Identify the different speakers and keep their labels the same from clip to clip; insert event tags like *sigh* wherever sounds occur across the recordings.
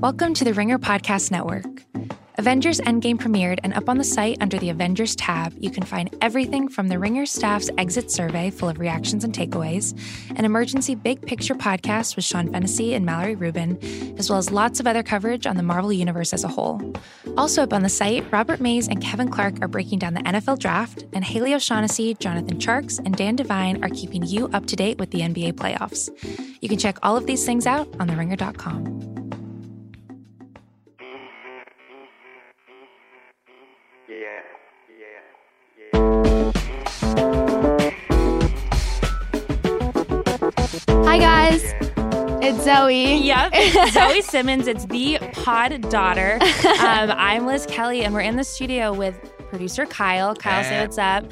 Speaker 1: Welcome to the Ringer Podcast Network. Avengers Endgame premiered, and up on the site under the Avengers tab, you can find everything from the Ringer staff's exit survey full of reactions and takeaways, an emergency big picture podcast with Sean Fennessy and Mallory Rubin, as well as lots of other coverage on the Marvel Universe as a whole. Also up on the site, Robert Mays and Kevin Clark are breaking down the NFL draft, and Haley O'Shaughnessy, Jonathan Charks, and Dan Devine are keeping you up to date with the NBA playoffs. You can check all of these things out on theringer.com.
Speaker 2: Hi guys, it's Zoe.
Speaker 1: Yep, *laughs* it's Zoe Simmons. It's the pod daughter. Um, I'm Liz Kelly, and we're in the studio with producer Kyle. Kyle, say what's *laughs* up.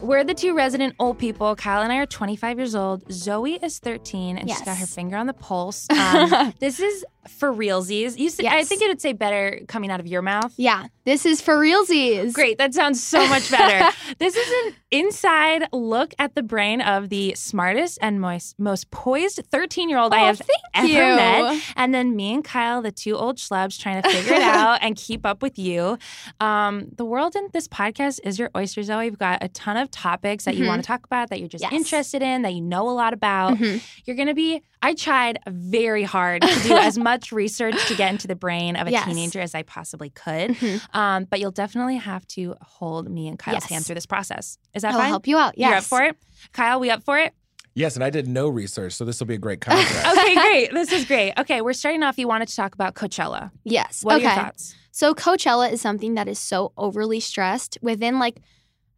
Speaker 1: We're the two resident old people. Kyle and I are 25 years old. Zoe is 13, and she's got
Speaker 2: Yes.
Speaker 1: her finger on the pulse. Um, *laughs* this is for realsies. You, s I I
Speaker 2: Yes.
Speaker 1: think it would say better coming out of your mouth.
Speaker 2: Yeah, this is for realsies.
Speaker 1: Great. That sounds so much better. *laughs* this is an inside look at the brain of the smartest and most, most poised 13 year old I
Speaker 2: Oh,
Speaker 1: have ever
Speaker 2: you.
Speaker 1: met. And then me and Kyle, the two old schlubs, trying to figure it out and keep up with you. Um, the world in this podcast is your oyster, Zoe. We've got a ton of topics that you
Speaker 2: Mhm.
Speaker 1: want to talk about, that you're just
Speaker 2: Yes.
Speaker 1: interested in, that you know a lot about.
Speaker 2: Mhm.
Speaker 1: You're going to be, I tried very hard to do as much research to get into the brain of a
Speaker 2: Yes.
Speaker 1: teenager as I possibly could.
Speaker 2: Mhm.
Speaker 1: Um, but you'll definitely have to hold me and Kyle's
Speaker 2: Yes.
Speaker 1: hand through this process. Is that
Speaker 2: I'll
Speaker 1: fine?
Speaker 2: help you out. Yes.
Speaker 1: You're up for it? Kyle, we up for it?
Speaker 3: Yes, and I did no research, so this will be a great
Speaker 2: *laughs*
Speaker 3: contract.
Speaker 1: Okay, great. This is great. Okay, we're starting off. You wanted to talk about Coachella.
Speaker 2: Yes.
Speaker 1: What
Speaker 2: okay.
Speaker 1: are your thoughts?
Speaker 2: So Coachella is something that is so overly stressed within like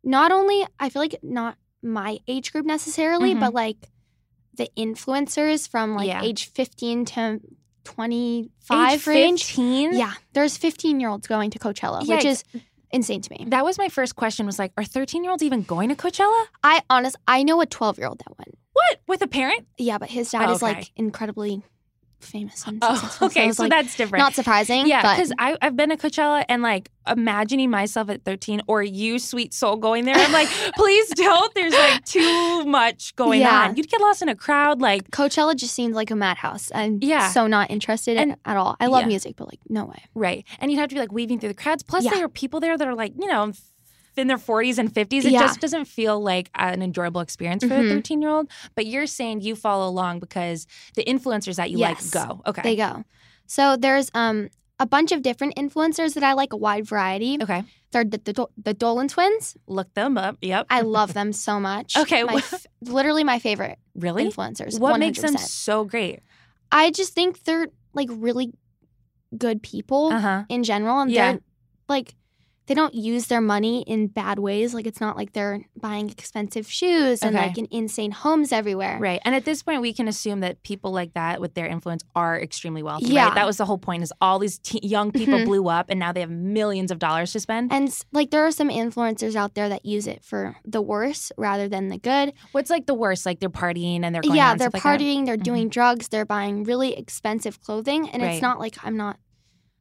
Speaker 2: not only I feel like not my age group necessarily,
Speaker 1: Mhm.
Speaker 2: but like the influencers from like
Speaker 1: Yeah.
Speaker 2: age 15 to 25
Speaker 1: Age
Speaker 2: range.
Speaker 1: 15?
Speaker 2: Yeah, there's 15 year olds going to Coachella,
Speaker 1: Yikes.
Speaker 2: which is insane to me.
Speaker 1: That was my first question was like, are 13 year olds even going to Coachella?
Speaker 2: I honest, I know a 12 year old that went.
Speaker 1: What? With a
Speaker 2: *laughs*
Speaker 1: parent?
Speaker 2: Yeah, but his dad
Speaker 1: Oh,
Speaker 2: is
Speaker 1: okay.
Speaker 2: like incredibly famous. And
Speaker 1: Oh, *laughs*
Speaker 2: successful,
Speaker 1: okay.
Speaker 2: it's,
Speaker 1: So
Speaker 2: like,
Speaker 1: that's different.
Speaker 2: not surprising.
Speaker 1: yeah,
Speaker 2: but
Speaker 1: because I've been to Coachella and like imagining myself at 13 or you, sweet soul, going there. I'm
Speaker 2: *laughs*
Speaker 1: like, please don't. There's like too much going
Speaker 2: Yeah.
Speaker 1: on. You'd get lost in a crowd. Like,
Speaker 2: Coachella just seems like a madhouse. I'm
Speaker 1: Yeah.
Speaker 2: so not interested in,
Speaker 1: And-
Speaker 2: at all. I love
Speaker 1: yeah.
Speaker 2: music, but like no way.
Speaker 1: Right. And you'd have to be like weaving through the crowds. Plus,
Speaker 2: Yeah.
Speaker 1: there are people there that are like, you know, in their 40s and 50s. It
Speaker 2: Yeah.
Speaker 1: just doesn't feel like an enjoyable experience for a
Speaker 2: Mhm.
Speaker 1: 13 year old. But you're saying you follow along because the influencers that you
Speaker 2: Yes.
Speaker 1: like go. Okay.
Speaker 2: They go. So there's um a bunch of different influencers that I like a wide variety.
Speaker 1: Okay.
Speaker 2: They're the, the, Do- the Dolan twins.
Speaker 1: Look them up. Yep.
Speaker 2: I love them so much.
Speaker 1: *laughs* Okay,
Speaker 2: My
Speaker 1: wha-
Speaker 2: f- literally my favorite
Speaker 1: really?
Speaker 2: influencers.
Speaker 1: What makes them
Speaker 2: 100%.
Speaker 1: so great?
Speaker 2: I just think they're like really good people
Speaker 1: Uh huh.
Speaker 2: in general, and
Speaker 1: Yeah.
Speaker 2: they're like they don't use their money in bad ways. Like it's not like they're buying expensive shoes and
Speaker 1: Okay.
Speaker 2: like in insane homes everywhere.
Speaker 1: Right. And at this point, we can assume that people like that with their influence are extremely wealthy.
Speaker 2: Yeah.
Speaker 1: Right? That was the whole point is all these te- young people
Speaker 2: Mhm.
Speaker 1: blew up and now they have millions of dollars to spend.
Speaker 2: And s- like there are some influencers out there that use it for the worse rather than the good.
Speaker 1: What's like the worst? Like they're partying and they're going
Speaker 2: yeah,
Speaker 1: on,
Speaker 2: they're
Speaker 1: stuff like that? Mm-hmm.
Speaker 2: partying, they're doing drugs, they're buying really expensive clothing, and
Speaker 1: Right.
Speaker 2: it's not like I'm not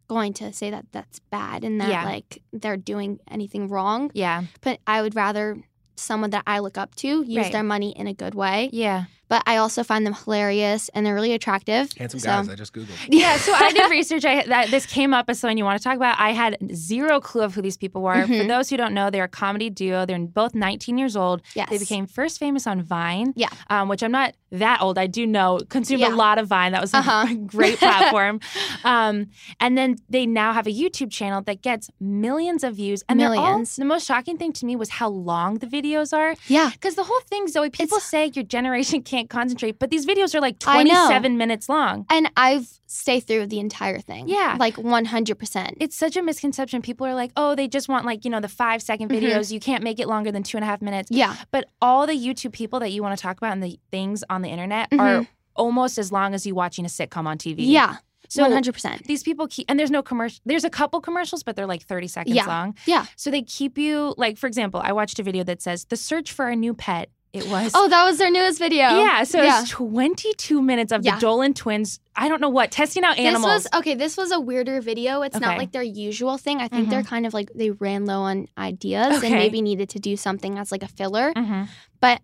Speaker 2: going to say that that's bad and that
Speaker 1: Yeah.
Speaker 2: like they're doing anything wrong,
Speaker 1: Yeah.
Speaker 2: but I would rather someone that I look up to use
Speaker 1: Right.
Speaker 2: their money in a good way.
Speaker 1: Yeah.
Speaker 2: But I also find them hilarious and they're really attractive.
Speaker 3: Handsome
Speaker 2: So- *laughs*
Speaker 3: guys, eh? I just Googled.
Speaker 1: Yeah, so *laughs* I did research. I that this came up as something you want to talk about. I had zero clue of who these people were. For
Speaker 2: Mhm.
Speaker 1: those who don't know, they're a comedy duo. They're both 19 years old.
Speaker 2: Yes.
Speaker 1: They became first famous on Vine.
Speaker 2: Yeah.
Speaker 1: um, which I'm not that old. I do know consumed
Speaker 2: Yeah.
Speaker 1: a lot of Vine. That was a
Speaker 2: Uh-huh.
Speaker 1: *laughs* great
Speaker 2: *laughs*
Speaker 1: platform. um, and then they now have a YouTube channel that gets millions of views. And they're all-
Speaker 2: Millions.
Speaker 1: the most shocking thing to me was how long the videos are.
Speaker 2: Yeah.
Speaker 1: Because the whole thing, Zoe, people say your generation *laughs* can't concentrate, but these videos are like
Speaker 2: I know.
Speaker 1: 27 minutes long.
Speaker 2: And I've stayed through the entire thing.
Speaker 1: Yeah.
Speaker 2: Like 100%.
Speaker 1: it's such a misconception. People are like, oh, they just want like, you know, the five second
Speaker 2: Mhm.
Speaker 1: videos. You can't make it longer than two and a half minutes.
Speaker 2: yeah.
Speaker 1: But all the YouTube people that you want to talk about and the things on the internet are almost as long as you watching a sitcom on TV.
Speaker 2: Mm-hmm. Yeah.
Speaker 1: So
Speaker 2: 100%.
Speaker 1: these people keep, and there's no commercial, there's a couple commercials, but they're like 30 seconds
Speaker 2: Yeah.
Speaker 1: long.
Speaker 2: Yeah.
Speaker 1: So they keep you, like, for example, I watched a video that says, the search for our new pet. It was.
Speaker 2: Oh, that was their newest video.
Speaker 1: yeah. So
Speaker 2: yeah.
Speaker 1: it's 22 minutes of
Speaker 2: Yeah.
Speaker 1: the Dolan twins, I don't know what, testing out animals.
Speaker 2: This was okay. This was a weirder video. It's
Speaker 1: Okay. Mm-hmm.
Speaker 2: not like their usual thing. I think they're kind of like they ran low on ideas
Speaker 1: Okay.
Speaker 2: and maybe needed to do something as like a filler.
Speaker 1: Mhm.
Speaker 2: But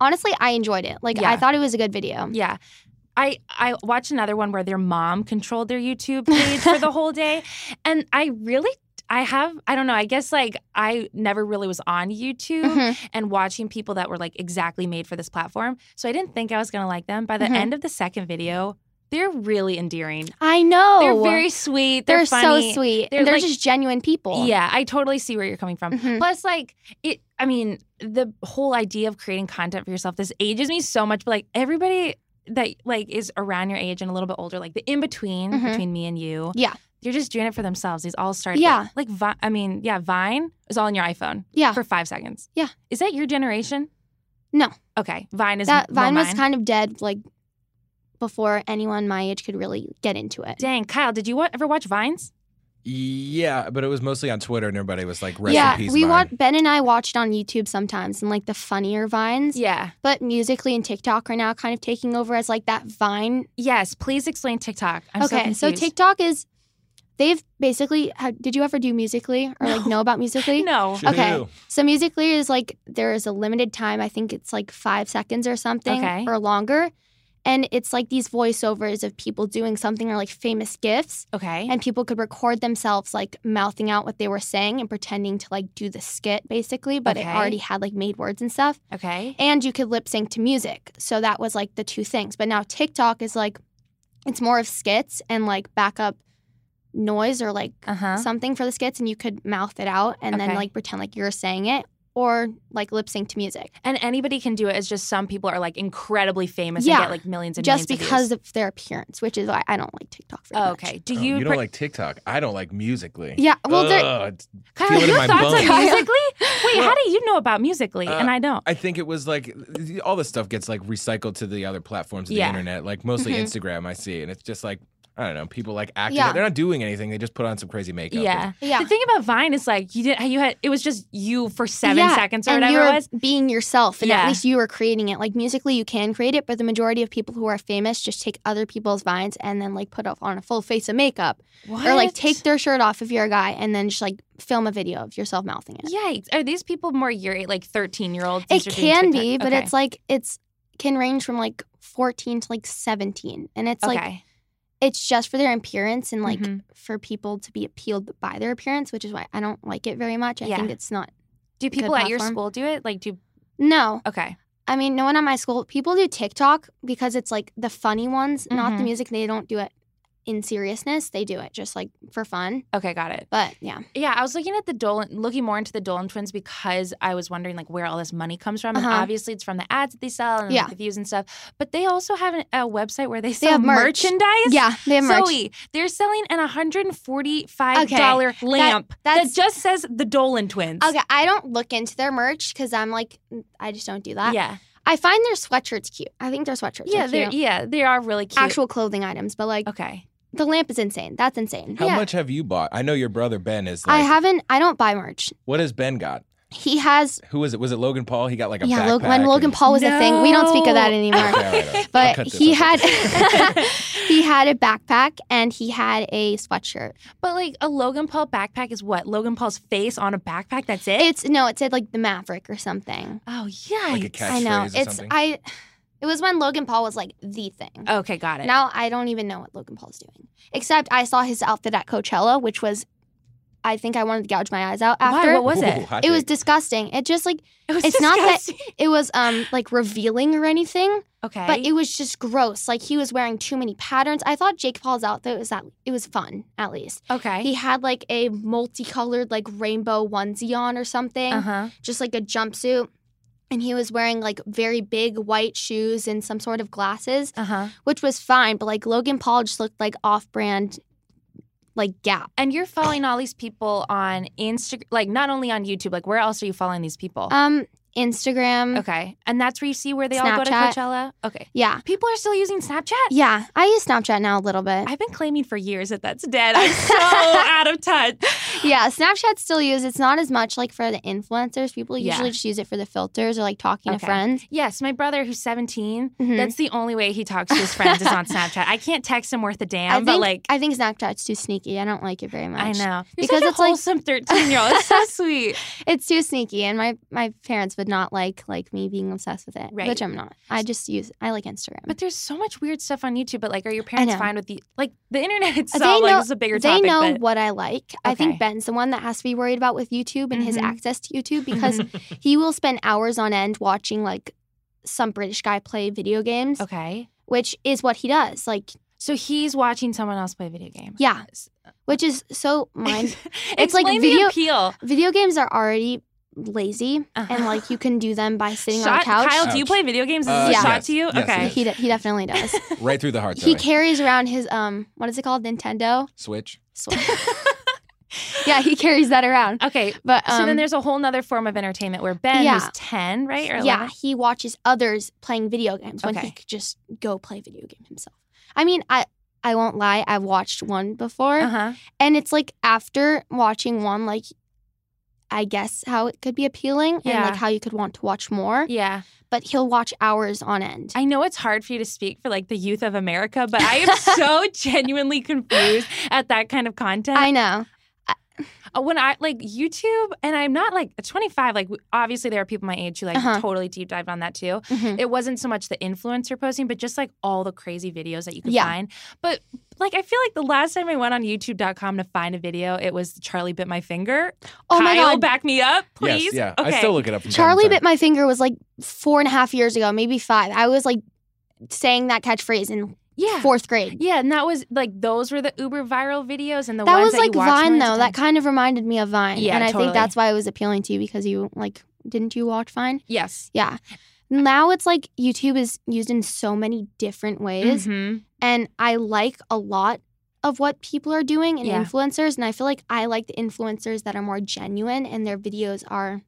Speaker 2: honestly, I enjoyed it. Like
Speaker 1: Yeah.
Speaker 2: I thought it was a good video.
Speaker 1: Yeah. I I watched another one where their mom controlled their YouTube page for the whole day, and I really. I have, I don't know, I guess like I never really was on YouTube
Speaker 2: Mhm.
Speaker 1: and watching people that were like exactly made for this platform. So I didn't think I was gonna like them. By the
Speaker 2: Mhm.
Speaker 1: end of the second video, they're really endearing.
Speaker 2: I know.
Speaker 1: They're very sweet. They're,
Speaker 2: Oh, They're
Speaker 1: funny.
Speaker 2: so sweet.
Speaker 1: They're
Speaker 2: They're,
Speaker 1: like-
Speaker 2: just genuine people.
Speaker 1: Yeah, I totally see where you're coming from.
Speaker 2: Mhm.
Speaker 1: Plus, like it, I mean, the whole idea of creating content for yourself this ages me so much. But like everybody that like is around your age and a little bit older, like the in between
Speaker 2: Mhm.
Speaker 1: between me and you,
Speaker 2: Yeah.
Speaker 1: you're just doing it for themselves. These all started,
Speaker 2: Yeah.
Speaker 1: Like, Vi- I mean, yeah, Vine is all on your iPhone
Speaker 2: Yeah.
Speaker 1: for five seconds.
Speaker 2: Yeah.
Speaker 1: is that your generation?
Speaker 2: No.
Speaker 1: Okay, Vine is
Speaker 2: that
Speaker 1: more
Speaker 2: Vine was
Speaker 1: mine.
Speaker 2: kind of dead like before anyone my age could really get into it.
Speaker 1: Dang, Kyle, did you wa- ever watch Vines?
Speaker 3: Yeah, but it was mostly on Twitter, and everybody was like, "Rest
Speaker 2: yeah,
Speaker 3: in peace."
Speaker 2: we
Speaker 3: Vine.
Speaker 2: watch Ben and I watched on YouTube sometimes and like the funnier vines.
Speaker 1: Yeah.
Speaker 2: But musically and TikTok are now kind of taking over as like that Vine.
Speaker 1: Yes. Please explain TikTok. I'm so
Speaker 2: okay, so,
Speaker 1: confused.
Speaker 2: TikTok is they've basically. How, did you ever do musically or like
Speaker 1: No.
Speaker 2: know about musically?
Speaker 1: *laughs* No.
Speaker 3: Shoo-hoo.
Speaker 2: okay. So musically is like there is a limited time. I think it's like five seconds or something
Speaker 1: Okay.
Speaker 2: or longer. And it's like these voiceovers of people doing something or like famous gifts.
Speaker 1: Okay.
Speaker 2: And people could record themselves like mouthing out what they were saying and pretending to like do the skit basically, but
Speaker 1: Okay.
Speaker 2: it already had like made words and stuff.
Speaker 1: okay.
Speaker 2: And you could lip sync to music. So that was like the two things. But now TikTok is like it's more of skits and like backup noise or like
Speaker 1: Uh huh.
Speaker 2: something for the skits and you could mouth it out and
Speaker 1: Okay.
Speaker 2: then like pretend like you're saying it or like lip sync to music
Speaker 1: And anybody can do it. It's just some people are like incredibly famous
Speaker 2: Yeah.
Speaker 1: and get like millions and
Speaker 2: just
Speaker 1: millions
Speaker 2: because
Speaker 1: Of
Speaker 2: of their appearance, which is why I don't like TikTok very
Speaker 1: views. Oh,
Speaker 2: much.
Speaker 1: okay. Do
Speaker 3: Oh,
Speaker 1: you?
Speaker 3: you don't
Speaker 1: pre-
Speaker 3: like TikTok? I don't like Musically.
Speaker 2: Yeah, well, there-
Speaker 3: Ugh, it's-
Speaker 1: Kyle,
Speaker 3: feel it in
Speaker 1: your
Speaker 3: my
Speaker 1: thoughts on
Speaker 2: bones. *laughs*
Speaker 1: musically? Wait, how
Speaker 3: Well,
Speaker 1: do you know about musically? and
Speaker 3: uh,
Speaker 1: I don't.
Speaker 3: I think it was like all this stuff gets like recycled to the other platforms of
Speaker 1: Yeah.
Speaker 3: the internet, like mostly
Speaker 2: Mhm.
Speaker 3: Instagram. I see, and it's just like I don't know, people like acting.
Speaker 2: Yeah.
Speaker 3: They're not doing anything. They just put on some crazy makeup.
Speaker 1: Yeah.
Speaker 2: yeah,
Speaker 1: The thing about Vine is like you did. You had it was just you for seven
Speaker 2: Yeah,
Speaker 1: seconds or
Speaker 2: and
Speaker 1: whatever
Speaker 2: you're
Speaker 1: it was.
Speaker 2: being yourself, and
Speaker 1: Yeah.
Speaker 2: at least you are creating it. Like musically, you can create it, but the majority of people who are famous just take other people's vines and then like put off on a full face of makeup
Speaker 1: What?
Speaker 2: or like take their shirt off if you're a guy and then just like film a video of yourself mouthing it.
Speaker 1: Yikes! Are these people more your age, like thirteen year olds?
Speaker 2: It can be, but it's like it's can range from like 14 to like 17. And it's like
Speaker 1: okay.
Speaker 2: it's just for their appearance and like
Speaker 1: Mhm.
Speaker 2: for people to be appealed by their appearance, which is why I don't like it very much. I
Speaker 1: Yeah.
Speaker 2: think it's not
Speaker 1: do
Speaker 2: good
Speaker 1: people at your
Speaker 2: platform.
Speaker 1: school do it? Like do
Speaker 2: No.
Speaker 1: okay?
Speaker 2: I mean, no one at my school people do TikTok because it's like the funny ones, not
Speaker 1: Mhm.
Speaker 2: the music. They don't do it in seriousness. They do it just like for fun.
Speaker 1: Okay, got it.
Speaker 2: But yeah.
Speaker 1: Yeah, I was looking at the Dolan, looking more into the Dolan twins because I was wondering like where all this money comes from, and
Speaker 2: Uh-huh.
Speaker 1: obviously it's from the ads that they sell and like,
Speaker 2: Yeah.
Speaker 1: the views and stuff. But they also have an, a website where they sell
Speaker 2: have merch.
Speaker 1: merchandise.
Speaker 2: Yeah, they have merch.
Speaker 1: Zoe, they're selling an hundred and forty-five dollar lamp that
Speaker 2: that's-
Speaker 1: just says the Dolan twins.
Speaker 2: Okay, I don't look into their merch because I'm like, I just don't do that.
Speaker 1: yeah,
Speaker 2: I find their sweatshirts cute. I think their sweatshirts
Speaker 1: yeah,
Speaker 2: are
Speaker 1: they're
Speaker 2: cute.
Speaker 1: yeah, they are really cute.
Speaker 2: Actual clothing items, but like *laughs*
Speaker 1: okay,
Speaker 2: the lamp is insane. That's insane.
Speaker 3: How
Speaker 1: Yeah.
Speaker 3: much have you bought? I know your brother Ben is like.
Speaker 2: I haven't. I don't buy merch.
Speaker 3: What has Ben got?
Speaker 2: He has.
Speaker 3: Who was it? Was it Logan Paul? He got like a
Speaker 2: yeah, Logan,
Speaker 3: backpack
Speaker 2: when Logan
Speaker 3: and-
Speaker 2: Paul was a thing, we don't speak of that
Speaker 1: No.
Speaker 2: anymore.
Speaker 3: *laughs* Okay, all right, all right. I'll
Speaker 2: But
Speaker 3: cut this
Speaker 2: he
Speaker 3: out.
Speaker 2: had he had a backpack and he had a sweatshirt.
Speaker 1: but like a Logan Paul backpack is what Logan Paul's face on a backpack. That's it.
Speaker 2: It's no, it said like the Maverick or something.
Speaker 1: oh yeah,
Speaker 3: Like a
Speaker 2: I know.
Speaker 3: catchphrase or
Speaker 2: It's
Speaker 3: something.
Speaker 2: I. It was when Logan Paul was like the thing.
Speaker 1: Oh, Okay, got it.
Speaker 2: Now I don't even know what Logan Paul's doing. Except I saw his outfit at Coachella, which was, I think I wanted to gouge my eyes out after.
Speaker 1: Why? *laughs* What was
Speaker 3: Ooh,
Speaker 1: it?
Speaker 3: hot
Speaker 2: It was
Speaker 3: take.
Speaker 2: disgusting. It just like
Speaker 1: It was
Speaker 2: It's not that-
Speaker 1: disgusting. *laughs*
Speaker 2: it was um like revealing or anything,
Speaker 1: Okay.
Speaker 2: but it was just gross. Like he was wearing too many patterns. I thought Jake Paul's outfit was that it was fun at least.
Speaker 1: okay.
Speaker 2: He had like a multicolored like rainbow onesie on or something,
Speaker 1: uh-huh.
Speaker 2: just like a jumpsuit. And he was wearing like very big white shoes and some sort of glasses.
Speaker 1: Uh-huh.
Speaker 2: which was fine. But like Logan Paul just looked like off brand, like Gap.
Speaker 1: And you're following all these people on Instagram, like not only on YouTube, like where else are you following these people?
Speaker 2: Um, Instagram.
Speaker 1: okay. And that's where you see where they all go to
Speaker 2: Snapchat.
Speaker 1: Coachella. Okay.
Speaker 2: Yeah,
Speaker 1: People are still using Snapchat?
Speaker 2: yeah. I use Snapchat now a little bit.
Speaker 1: I've been claiming for years that that's dead. I'm so
Speaker 2: *laughs*
Speaker 1: out of touch.
Speaker 2: yeah, Snapchat still use. It's not as much like for the influencers. People
Speaker 1: Yeah.
Speaker 2: usually just use it for the filters or like talking
Speaker 1: Okay.
Speaker 2: to friends.
Speaker 1: Yes, my brother who's 17,
Speaker 2: Mhm.
Speaker 1: that's the only way he talks to his friends is on Snapchat. I can't text him worth a damn,
Speaker 2: I
Speaker 1: but
Speaker 2: think-
Speaker 1: like,
Speaker 2: I think Snapchat's too sneaky. I don't like it very much.
Speaker 1: I know. You're
Speaker 2: Because
Speaker 1: such a
Speaker 2: it's like- *laughs*
Speaker 1: wholesome 13 year old. It's so sweet.
Speaker 2: It's too sneaky, and my my parents would would not like like me being obsessed with it,
Speaker 1: Right.
Speaker 2: which I'm not. I just use I like Instagram.
Speaker 1: But there's so much weird stuff on YouTube. But like, are your parents
Speaker 2: know.
Speaker 1: fine with the like the internet itself? like,
Speaker 2: know-
Speaker 1: this is a bigger
Speaker 2: they
Speaker 1: topic.
Speaker 2: know
Speaker 1: but,
Speaker 2: what I like. I
Speaker 1: Okay.
Speaker 2: think Ben's the one that has to be worried about with YouTube and his
Speaker 1: Mhm.
Speaker 2: access
Speaker 1: *laughs*
Speaker 2: to YouTube because he will spend hours on end watching like some British guy play video games,
Speaker 1: okay.
Speaker 2: which is what he does. Like,
Speaker 1: So he's watching someone else play video games.
Speaker 2: yeah, *laughs* which is so
Speaker 1: *laughs*
Speaker 2: *laughs* mind.
Speaker 1: it's
Speaker 2: It's like
Speaker 1: like
Speaker 2: video-
Speaker 1: the appeal.
Speaker 2: video games are already lazy and
Speaker 1: *laughs*
Speaker 2: like you can do them by sitting on a
Speaker 1: Uh-huh. Shot-
Speaker 2: couch.
Speaker 1: Kyle, do you
Speaker 3: Ouch.
Speaker 1: play video games? Is
Speaker 3: Uh,
Speaker 1: this a shot
Speaker 3: yes.
Speaker 1: to you?
Speaker 3: Yes, it
Speaker 1: okay.
Speaker 3: is.
Speaker 2: he, de- he
Speaker 1: *laughs*
Speaker 2: definitely does.
Speaker 3: right through the heart.
Speaker 2: he
Speaker 3: Zoe.
Speaker 2: carries around his um what is it called Nintendo
Speaker 3: *laughs* Switch.
Speaker 2: Switch. *laughs* yeah, he carries that around.
Speaker 1: Okay.
Speaker 2: But um,
Speaker 1: so then there's a whole nother form of entertainment where Ben,
Speaker 2: Yeah.
Speaker 1: who's 10, right? Or
Speaker 2: yeah,
Speaker 1: 11?
Speaker 2: he watches others playing video games when
Speaker 1: Okay.
Speaker 2: he could just go play video game himself. I mean, I I won't lie, I've watched one before,
Speaker 1: Uh-huh.
Speaker 2: and it's like after watching one, like I guess how it could be appealing and
Speaker 1: Yeah.
Speaker 2: like how you could want to watch more.
Speaker 1: Yeah.
Speaker 2: But he'll watch hours on end.
Speaker 1: I know it's hard for you to speak for like the youth of America, but I
Speaker 2: *laughs*
Speaker 1: am so genuinely confused at that kind of content.
Speaker 2: I know.
Speaker 1: Uh, when I like YouTube, and I'm not like 25, like w- obviously there are people my age who like
Speaker 2: Uh-huh.
Speaker 1: totally deep dived on that too. *sighs*
Speaker 2: Mhm.
Speaker 1: It wasn't so much the influencer posting, but just like all the crazy videos that you could
Speaker 2: Yeah.
Speaker 1: find. But like, I feel like the last time I went on YouTube.com to find a video, it was Charlie bit my finger.
Speaker 2: Oh my
Speaker 1: Kyle,
Speaker 2: god.
Speaker 1: back me up, please.
Speaker 3: Yes, yeah.
Speaker 1: Okay.
Speaker 3: I still look it up. From time to
Speaker 2: Charlie
Speaker 3: time.
Speaker 2: bit my finger was like four and a half years ago, maybe five. I was like saying that catchphrase in
Speaker 1: yeah.
Speaker 2: fourth grade.
Speaker 1: Yeah, and that was like those were the uber viral videos, and the
Speaker 2: that
Speaker 1: ones
Speaker 2: was
Speaker 1: that
Speaker 2: like
Speaker 1: you watched
Speaker 2: Vine
Speaker 1: millions
Speaker 2: though.
Speaker 1: of
Speaker 2: That
Speaker 1: times.
Speaker 2: kind of reminded me of Vine,
Speaker 1: Yeah,
Speaker 2: and I
Speaker 1: totally.
Speaker 2: think that's why it was appealing to you because you like didn't you watch Vine?
Speaker 1: yes.
Speaker 2: Yeah. Now it's like YouTube is used in so many different ways,
Speaker 1: Mhm.
Speaker 2: and I like a lot of what people are doing and
Speaker 1: Yeah.
Speaker 2: influencers, and I feel like I like the influencers that are more genuine and their videos are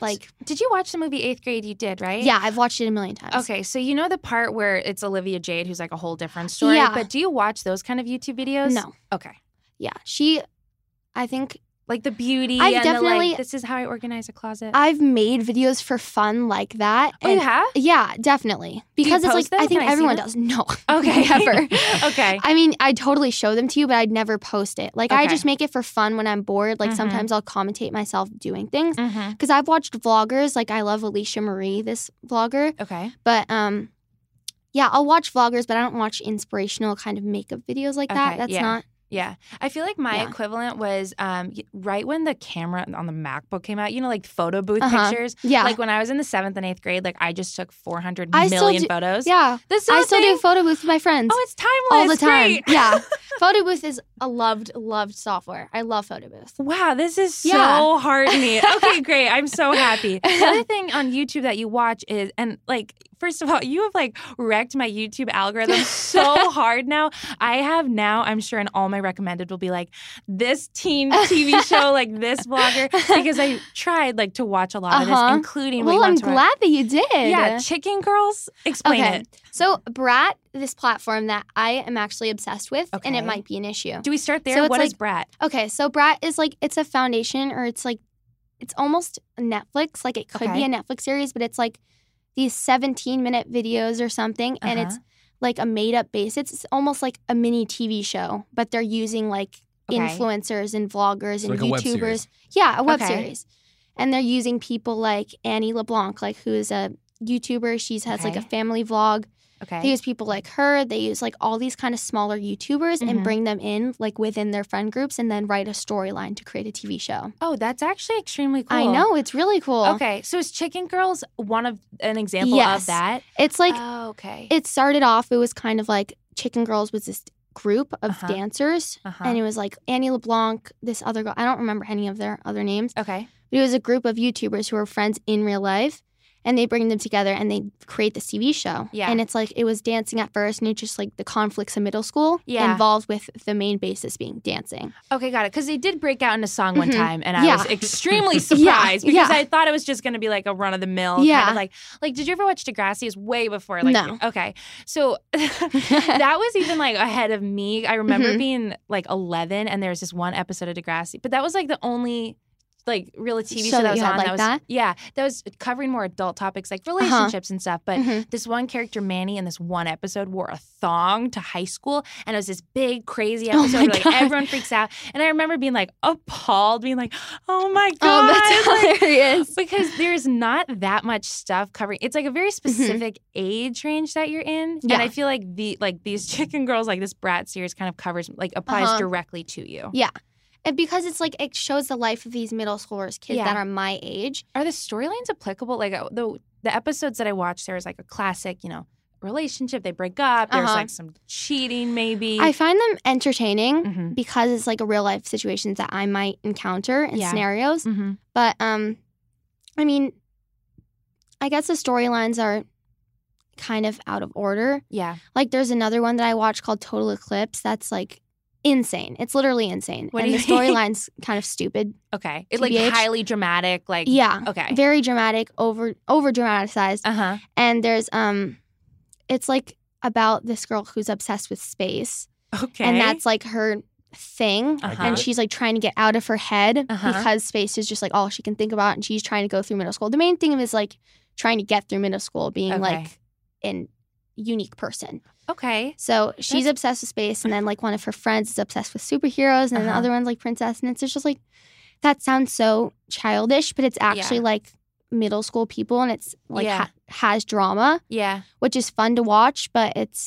Speaker 2: like
Speaker 1: Did you watch the movie Eighth Grade? You did, right?
Speaker 2: yeah, I've watched it a million times.
Speaker 1: Okay, so you know the part where it's Olivia Jade, who's like a whole different story.
Speaker 2: Yeah.
Speaker 1: But do you watch those kind of YouTube videos?
Speaker 2: No.
Speaker 1: Okay.
Speaker 2: Yeah, she. I think
Speaker 1: Like the beauty.
Speaker 2: I've
Speaker 1: and the, like,
Speaker 2: definitely-
Speaker 1: this is how I organize a closet.
Speaker 2: I've made videos for fun like that.
Speaker 1: oh, you
Speaker 2: and-
Speaker 1: have?
Speaker 2: Yeah, definitely.
Speaker 1: you
Speaker 2: Because it's
Speaker 1: post
Speaker 2: like
Speaker 1: them?
Speaker 2: I think
Speaker 1: Can I see
Speaker 2: everyone
Speaker 1: them?
Speaker 2: does. *laughs* No.
Speaker 1: Okay.
Speaker 2: Never.
Speaker 1: *laughs* okay.
Speaker 2: I mean, I totally show them to you, but I'd never post it. Like I
Speaker 1: Okay.
Speaker 2: just make it for fun when I'm bored. Like
Speaker 1: Mhm.
Speaker 2: sometimes I'll commentate myself doing things.
Speaker 1: Mhm.
Speaker 2: Because I've watched vloggers, like I love Alicia Marie, this vlogger.
Speaker 1: Okay.
Speaker 2: But um yeah, I'll watch vloggers, but I don't watch inspirational kind of makeup videos like
Speaker 1: Okay,
Speaker 2: that. That's
Speaker 1: yeah.
Speaker 2: not
Speaker 1: Yeah. I feel like my
Speaker 2: Yeah.
Speaker 1: equivalent was um, y- right when the camera on the MacBook came out, you know, like photo booth
Speaker 2: Uh-huh.
Speaker 1: pictures.
Speaker 2: yeah.
Speaker 1: Like when I was in the seventh and eighth grade, like I just took 400 million
Speaker 2: I still do-
Speaker 1: photos.
Speaker 2: yeah.
Speaker 1: This
Speaker 2: I still do photo booth with my friends.
Speaker 1: Oh, it's timeless.
Speaker 2: all the time.
Speaker 1: Great. *laughs*
Speaker 2: Yeah. photo booth is a loved, loved software. I love photo booth.
Speaker 1: Wow, this is so
Speaker 2: Yeah. *laughs*
Speaker 1: hard to me. Okay, great. I'm so happy. The other thing on YouTube that you watch is, and like, first of all, you have like wrecked my YouTube algorithm
Speaker 2: *laughs*
Speaker 1: so hard now. I have now, I'm sure, in all my recommended will be like this teen
Speaker 2: *laughs*
Speaker 1: TV show, like this blogger, because I tried like to watch a lot of
Speaker 2: Uh-huh.
Speaker 1: this, including. we
Speaker 2: Well, I'm
Speaker 1: want to watch-
Speaker 2: glad that you did.
Speaker 1: Yeah, Chicken Girls. Explain
Speaker 2: Okay.
Speaker 1: it.
Speaker 2: So Brat, this platform that I am actually obsessed with, and
Speaker 1: Okay.
Speaker 2: it might be an issue.
Speaker 1: Do we start there?
Speaker 2: So
Speaker 1: What is
Speaker 2: it's like-
Speaker 1: Brat?
Speaker 2: Okay, so Brat is like it's a foundation, or it's like it's almost Netflix. Like it could
Speaker 1: Okay.
Speaker 2: be a Netflix series, but it's like these 17 minute videos or something, and
Speaker 1: Uh-huh.
Speaker 2: it's like a made up base. It's it's almost like a mini TV show, but they're using like
Speaker 1: Okay.
Speaker 2: influencers and vloggers
Speaker 3: It's
Speaker 2: and
Speaker 3: like a web
Speaker 2: YouTubers.
Speaker 3: series.
Speaker 2: yeah, a web
Speaker 1: Okay.
Speaker 2: series, and they're using people like Annie LeBlanc, like who is a YouTuber. She's has like a
Speaker 1: Okay.
Speaker 2: family vlog. They
Speaker 1: Okay.
Speaker 2: use people like her. They use like all these kind of smaller YouTubers
Speaker 1: Mhm.
Speaker 2: and bring them in like within their friend groups and then write a storyline to create a TV show.
Speaker 1: Oh, that's actually extremely cool.
Speaker 2: I know it's really cool.
Speaker 1: Okay, so is Chicken Girls one of an example of
Speaker 2: Yes.
Speaker 1: that?
Speaker 2: It's like
Speaker 1: oh, okay.
Speaker 2: it started off. It was kind of like Chicken Girls was this group of
Speaker 1: Uh-huh.
Speaker 2: dancers,
Speaker 1: uh-huh.
Speaker 2: and it was like Annie LeBlanc, this other girl. I don't remember any of their other names,
Speaker 1: okay.
Speaker 2: but it was a group of YouTubers who were friends in real life. And they bring them together and they create this TV show.
Speaker 1: Yeah.
Speaker 2: And it's like, it was dancing at first, and it's just like the conflicts of middle school
Speaker 1: Yeah.
Speaker 2: involved with the main basis being dancing.
Speaker 1: Okay, got it. Because they did break out in a song one
Speaker 2: Mhm.
Speaker 1: time, and I
Speaker 2: Yeah. *laughs*
Speaker 1: was extremely surprised because
Speaker 2: yeah.
Speaker 1: I thought it was just going to be like a run of the mill kind
Speaker 2: Yeah.
Speaker 1: of like like. Did you ever watch Degrassi? Is way before like
Speaker 2: No.
Speaker 1: okay, so *laughs* that was even like ahead of
Speaker 2: Mm-hmm.
Speaker 1: me. I remember being like eleven, and there was this one episode of Degrassi, but that was like the only like reality TV show,
Speaker 2: Show that
Speaker 1: that was
Speaker 2: you had
Speaker 1: on
Speaker 2: like
Speaker 1: that was
Speaker 2: that? Uh-huh.
Speaker 1: yeah that was covering more adult topics like relationships and stuff. But
Speaker 2: Mhm.
Speaker 1: this one character Manny in this one episode wore a thong to high school, and it was this big crazy
Speaker 2: Oh
Speaker 1: episode.
Speaker 2: my
Speaker 1: where, like
Speaker 2: God.
Speaker 1: everyone freaks out, and I remember being like appalled, being like, "Oh my god!"
Speaker 2: Oh,
Speaker 1: like, *laughs*
Speaker 2: that's hilarious.
Speaker 1: because there's not that much stuff covering it's like a very specific age range that you're in
Speaker 2: Mm-hmm. Yeah.
Speaker 1: and i feel like the like these *laughs* chicken girls like this brat series kind of covers like applies
Speaker 2: Uh-huh.
Speaker 1: directly to you
Speaker 2: Yeah. And because it's like it shows the life of these middle schoolers, kids
Speaker 1: Yeah.
Speaker 2: that are my age.
Speaker 1: are the storylines applicable like uh, the the episodes that i watched there was like a classic you know relationship they break up there's
Speaker 2: Uh-huh.
Speaker 1: like some cheating maybe
Speaker 2: I find them entertaining
Speaker 1: Mhm.
Speaker 2: because it's like real life situations that I might encounter and
Speaker 1: Yeah.
Speaker 2: scenarios.
Speaker 1: Mhm.
Speaker 2: But um, I mean, I guess the storylines are kind of out of order.
Speaker 1: yeah
Speaker 2: Like there's another one that I watched called Total Eclipse. That's like insane. It's literally insane.
Speaker 1: What do
Speaker 2: and
Speaker 1: you
Speaker 2: the
Speaker 1: mean?
Speaker 2: storyline's kind of stupid.
Speaker 1: okay it's like
Speaker 2: TBH?
Speaker 1: highly dramatic *laughs* like
Speaker 2: Yeah.
Speaker 1: okay
Speaker 2: Very dramatic, over over dramatized.
Speaker 1: uh-huh
Speaker 2: And there's um it's like about this girl who's obsessed with space.
Speaker 1: okay
Speaker 2: And that's like her thing.
Speaker 1: Uh-huh.
Speaker 2: And she's like trying to get out of her head
Speaker 1: Uh-huh.
Speaker 2: because space is just like all she can think about and she's trying to go through middle school. The main thing is like trying to get through middle school, being
Speaker 1: Okay.
Speaker 2: like an unique person.
Speaker 1: okay
Speaker 2: So she's obsessed with space, and then like one of her friends is obsessed with superheroes, and then the
Speaker 1: Uh-huh.
Speaker 2: other one's like princess, and it's just like that sounds so childish, but it's actually like middle school people, and it's like
Speaker 1: Yeah.
Speaker 2: ha- has drama,
Speaker 1: yeah
Speaker 2: which is fun to watch, but it's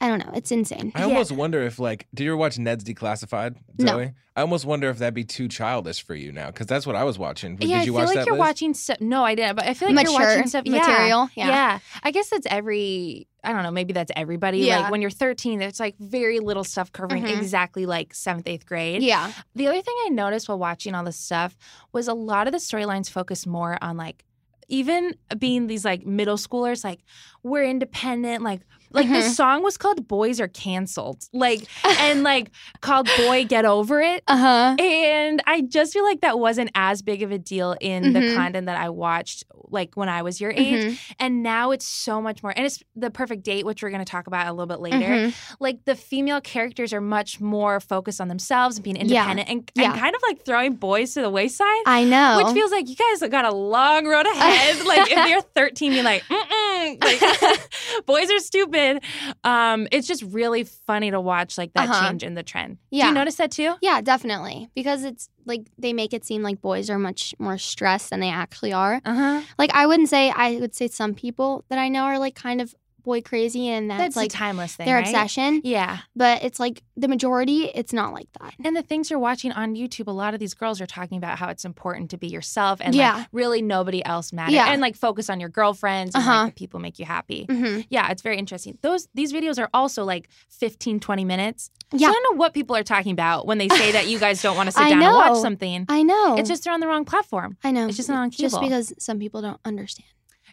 Speaker 2: I don't know, it's insane.
Speaker 3: I
Speaker 1: Yeah.
Speaker 3: almost wonder if like, did you ever watch Ned's Declassified?
Speaker 2: No.
Speaker 3: Zoe? I almost wonder if that'd be too childish for you now, because that's what I was watching. Did
Speaker 1: yeah i
Speaker 3: you
Speaker 1: feel
Speaker 3: watch
Speaker 1: like
Speaker 3: that?
Speaker 1: you're
Speaker 3: Liz?
Speaker 1: watching stuff no i didn't but i feel like
Speaker 2: Mature
Speaker 1: you're watching stuff yeah.
Speaker 2: material,
Speaker 1: Yeah. I guess that's every, I don't know, maybe that's everybody.
Speaker 2: Yeah.
Speaker 1: Like when you're 13, there's like very little stuff covering
Speaker 2: Mhm.
Speaker 1: exactly like seventh, eighth grade.
Speaker 2: yeah,
Speaker 1: The other thing I noticed while watching all this stuff was a lot of the storylines focus more on like, even being these like middle schoolers, like we're independent, like like the
Speaker 2: Mhm.
Speaker 1: song was called "Boys Are Cancelled," like and like called "Boy Get Over It,"
Speaker 2: uh huh,
Speaker 1: and I just feel like that wasn't as big of a deal in the
Speaker 2: Mhm.
Speaker 1: content that I watched, like when I was your age and now it's so much more and it's the perfect date which we're going to talk about a little bit
Speaker 2: Mm-hmm.
Speaker 1: later like the female characters are much more focused on themselves and being
Speaker 2: Yeah.
Speaker 1: independent and,
Speaker 2: Yeah. Oh.
Speaker 1: and kind of like throwing boys to the wayside
Speaker 2: I know.
Speaker 1: which feels like you guys have got a long road
Speaker 2: *laughs*
Speaker 1: ahead like if you're 13 you're like mm-mm like *laughs* boys are stupid um it's just really funny to watch like that
Speaker 2: Uh-huh.
Speaker 1: change in the trend do
Speaker 2: Yeah.
Speaker 1: you notice that too
Speaker 2: yeah, definitely. Because it's like they make it seem like boys are much more stressed than they actually are.
Speaker 1: uh-huh
Speaker 2: Like I wouldn't say I would say some people that I know are like kind of boy crazy and that's,
Speaker 1: that's,
Speaker 2: like
Speaker 1: a timeless thing
Speaker 2: their
Speaker 1: right?
Speaker 2: obsession.
Speaker 1: yeah
Speaker 2: But it's like the majority, it's not like that.
Speaker 1: And the things you're watching on YouTube, a lot of these girls are talking about how it's important to be yourself and
Speaker 2: Yeah.
Speaker 1: like really nobody else matters.
Speaker 2: Yeah.
Speaker 1: And like focus on your girlfriends and
Speaker 2: Uh-huh.
Speaker 1: like the people who make you happy.
Speaker 2: hmm
Speaker 1: Yeah, it's very interesting. Those these videos are also like 15, 20 minutes. So
Speaker 2: Yeah.
Speaker 1: I don't know what people are talking about when they say that you guys don't want
Speaker 2: *laughs*
Speaker 1: to sit
Speaker 2: I
Speaker 1: down and watch
Speaker 2: know.
Speaker 1: something.
Speaker 2: I know.
Speaker 1: It's just they're on the wrong platform.
Speaker 2: I know.
Speaker 1: it's just not on
Speaker 2: Just
Speaker 1: cable.
Speaker 2: because some people don't
Speaker 1: *laughs*
Speaker 2: understand.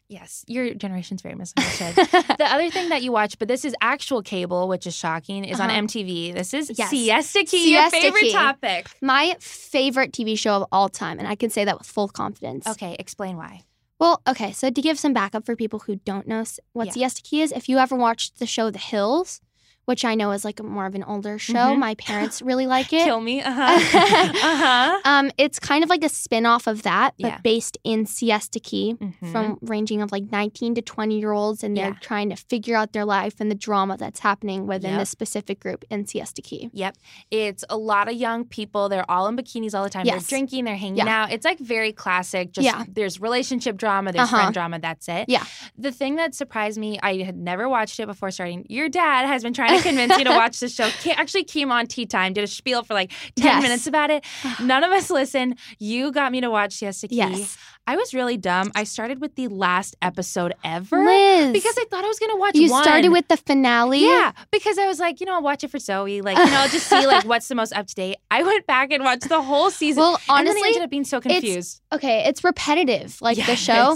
Speaker 1: Yes, your generation's very misunderstood. *laughs* the other thing that you watch, but this is actual cable, which is shocking, is
Speaker 2: Uh-huh.
Speaker 1: on MTV. This is
Speaker 2: Yes.
Speaker 1: Siesta Key, your
Speaker 2: Siesta
Speaker 1: favorite
Speaker 2: Key.
Speaker 1: topic.
Speaker 2: My favorite TV show of all time, and I can say that with full confidence.
Speaker 1: Okay, explain why.
Speaker 2: Well, okay, so to give some backup for people who don't know s- what
Speaker 1: Yeah.
Speaker 2: Siesta Key is, if you ever watched the show The Hills, which I know is like more of an older show,
Speaker 1: Mhm. *gasps*
Speaker 2: my parents really like it.
Speaker 1: Kill me. Uh huh.
Speaker 2: *laughs*
Speaker 1: *laughs* uh huh.
Speaker 2: Um, it's kind of like a spin-off of that, but
Speaker 1: Yeah. Mm-hmm.
Speaker 2: based in Siesta Key from ranging of like 19 to 20 year olds and they're
Speaker 1: Yeah.
Speaker 2: trying to figure out their life and the drama that's happening within
Speaker 1: Yep.
Speaker 2: this specific group in Siesta Key.
Speaker 1: Yep. It's a lot of young people. They're all in bikinis all the time.
Speaker 2: Yes.
Speaker 1: They're drinking, they're hanging
Speaker 2: Yeah.
Speaker 1: out. It's like very classic. Just
Speaker 2: Yeah.
Speaker 1: there's relationship drama, there's
Speaker 2: Uh-huh.
Speaker 1: friend drama, that's it.
Speaker 2: Yeah.
Speaker 1: The thing that surprised me, I had never watched it before starting. Your dad has been trying to convince
Speaker 2: *laughs*
Speaker 1: you to watch the show. Ca- actually came on tea time, did a spiel for like 10
Speaker 2: Yes.
Speaker 1: minutes about
Speaker 2: *sighs*
Speaker 1: it. None of us listened. You got me to watch Siesta Key.
Speaker 2: Yes.
Speaker 1: I was really dumb. I started with the last episode ever.
Speaker 2: Liz.
Speaker 1: Because I thought I was going to watch
Speaker 2: you
Speaker 1: one.
Speaker 2: started with the finale.
Speaker 1: Yeah, because I was like, you know, I'll watch it for Zoe. Like, you know, I'll just see
Speaker 2: *laughs*
Speaker 1: like what's the most up to date. I went back and watched the whole season.
Speaker 2: Well,
Speaker 1: and then I
Speaker 2: honestly,
Speaker 1: ended up being so confused.
Speaker 2: okay, it's repetitive, like the show,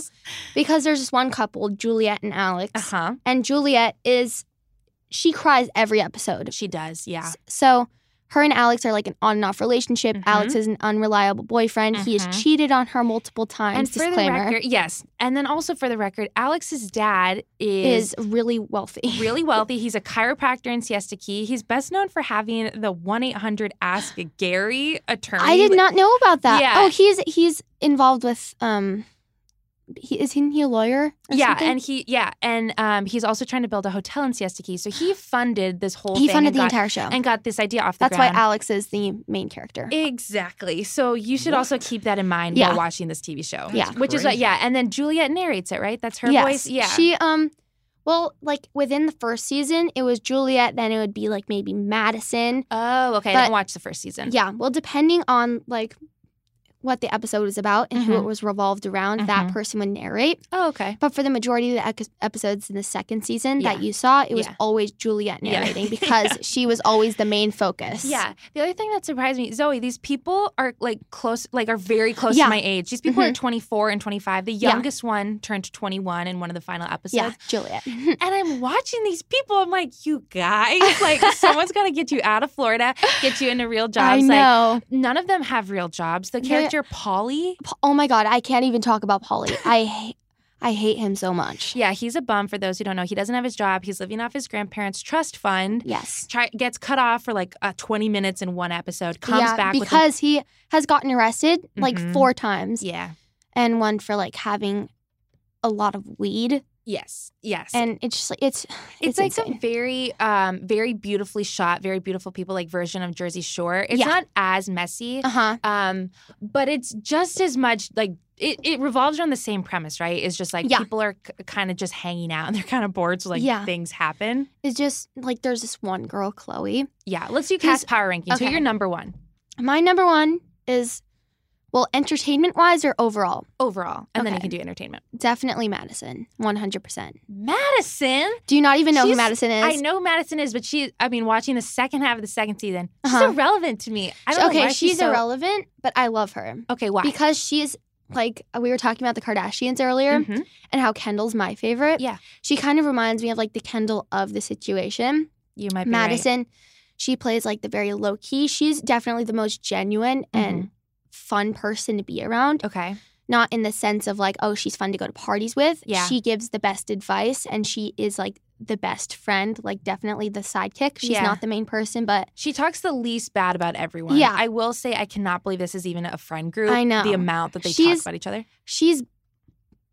Speaker 2: because there's just one couple, Juliet and Alex.
Speaker 1: Uh huh.
Speaker 2: And Juliet is, she cries every episode.
Speaker 1: She does. Yeah.
Speaker 2: S- So her and Alex are like an on and off relationship.
Speaker 1: Mhm.
Speaker 2: Alex is an unreliable boyfriend. He has
Speaker 1: Mhm.
Speaker 2: cheated on her multiple times.
Speaker 1: And for the
Speaker 2: disclaimer
Speaker 1: record, yes. And then also for the record, Alex's dad is
Speaker 2: is really wealthy.
Speaker 1: *laughs* really wealthy. He's a chiropractor in Siesta Key. He's best known for having the 1 800 Ask Gary attorney.
Speaker 2: *laughs* I did not know about that.
Speaker 1: Yeah.
Speaker 2: Oh, he's he's involved with um, he isn't he a lawyer? Or
Speaker 1: Yeah,
Speaker 2: something?
Speaker 1: and he yeah, and um, he's also trying to build a hotel in Siesta Key. So he funded this whole
Speaker 2: he
Speaker 1: thing
Speaker 2: funded
Speaker 1: and
Speaker 2: the
Speaker 1: got,
Speaker 2: entire show.
Speaker 1: and got this idea off the
Speaker 2: That's
Speaker 1: ground.
Speaker 2: why Alex is the main character. *laughs*
Speaker 1: Exactly. So you should also keep that in mind
Speaker 2: Yeah.
Speaker 1: while watching this TV show.
Speaker 2: Yeah.
Speaker 1: Which is what
Speaker 3: crazy.
Speaker 1: yeah, and then Juliet narrates it, right? That's her
Speaker 2: Yes.
Speaker 1: voice. Yeah.
Speaker 2: She um well, like within the first season, it was Juliet, then it would be like maybe Madison.
Speaker 1: oh, okay. I
Speaker 2: But-
Speaker 1: didn't watch the first season.
Speaker 2: Yeah. Well, depending on like what the episode was about and who
Speaker 1: Mhm.
Speaker 2: it was revolved around, that
Speaker 1: Mhm.
Speaker 2: person would narrate.
Speaker 1: Oh, okay.
Speaker 2: But for the majority of the ec- episodes in the second season
Speaker 1: Yeah.
Speaker 2: that you saw, it was
Speaker 1: Yeah.
Speaker 2: always Juliet
Speaker 1: Yeah. *laughs*
Speaker 2: narrating because she was always the main focus.
Speaker 1: Yeah. The other thing that surprised me, Zoe, these people are like close, like are very close
Speaker 2: Yeah. Mm-hmm.
Speaker 1: to my age. These people are 24 and 25. The
Speaker 2: Yeah.
Speaker 1: youngest one turned 21 in one of the final episodes. *laughs*
Speaker 2: *laughs* Yeah, Juliet.
Speaker 1: And I'm watching these people. I'm like, you guys,
Speaker 2: *laughs*
Speaker 1: like someone's got to get you out of Florida, get you into real jobs.
Speaker 2: I
Speaker 1: Like
Speaker 2: know.
Speaker 1: none of them have real jobs. The
Speaker 2: They-
Speaker 1: character Polly,
Speaker 2: Pa- oh my god, I can't even talk about Polly. I ha- I hate him so much.
Speaker 1: yeah, he's a bum for those who don't know. He doesn't have his job. He's living off his grandparents' trust fund.
Speaker 2: Yes.
Speaker 1: Try, gets cut off for like uh, 20 minutes in one episode. Comes back with a-
Speaker 2: because he has gotten arrested like
Speaker 1: Mhm.
Speaker 2: four times
Speaker 1: yeah.
Speaker 2: and one for like having a lot of weed
Speaker 1: Yes. Yes.
Speaker 2: and it's just like it's *sighs*
Speaker 1: it's,
Speaker 2: it's,
Speaker 1: like
Speaker 2: insane.
Speaker 1: *laughs* a very um very beautifully shot very beautiful people like version of jersey shore it's
Speaker 2: Yeah.
Speaker 1: not as messy
Speaker 2: uh-huh
Speaker 1: um but it's just as much like it, it revolves around the same premise right it's just like
Speaker 2: Yeah.
Speaker 1: people are c- kind of just hanging out and they're kind of bored so like
Speaker 2: Yeah.
Speaker 1: things happen
Speaker 2: it's just like there's this one girl Chloe
Speaker 1: yeah let's do cast power rankings
Speaker 2: okay.
Speaker 1: who your number one
Speaker 2: my number one is well entertainment wise or overall
Speaker 1: overall and then you
Speaker 2: Okay.
Speaker 1: can do entertainment
Speaker 2: definitely Madison 100%
Speaker 1: madison
Speaker 2: do you not even know who
Speaker 1: She's-
Speaker 2: Madison is
Speaker 1: i know madison is but she i mean watching the second half of the second season
Speaker 2: Uh-huh.
Speaker 1: she's irrelevant to me i don't
Speaker 2: okay
Speaker 1: know why
Speaker 2: she's,
Speaker 1: she's, so-
Speaker 2: irrelevant but I love her
Speaker 1: okay why
Speaker 2: because she's like we were talking about the Kardashians earlier
Speaker 1: Mhm.
Speaker 2: and how Kendall's my favorite.
Speaker 1: Yeah.
Speaker 2: She kind of reminds me of like the Kendall of the situation.
Speaker 1: you might be right.
Speaker 2: Madison, she plays like the very low key. She's definitely the most genuine
Speaker 1: Mm-hmm.
Speaker 2: and fun person to be around.
Speaker 1: okay
Speaker 2: Not in the sense of like, oh, she's fun to go to parties with.
Speaker 1: Yeah.
Speaker 2: She gives the best advice and she is like the best friend, like definitely the sidekick. She's
Speaker 1: Yeah.
Speaker 2: not the main person, but
Speaker 1: She talks the least bad about everyone.
Speaker 2: Yeah.
Speaker 1: I will say I cannot believe this is even a friend group.
Speaker 2: I know.
Speaker 1: The amount that they
Speaker 2: She's-
Speaker 1: talk about each other.
Speaker 2: she's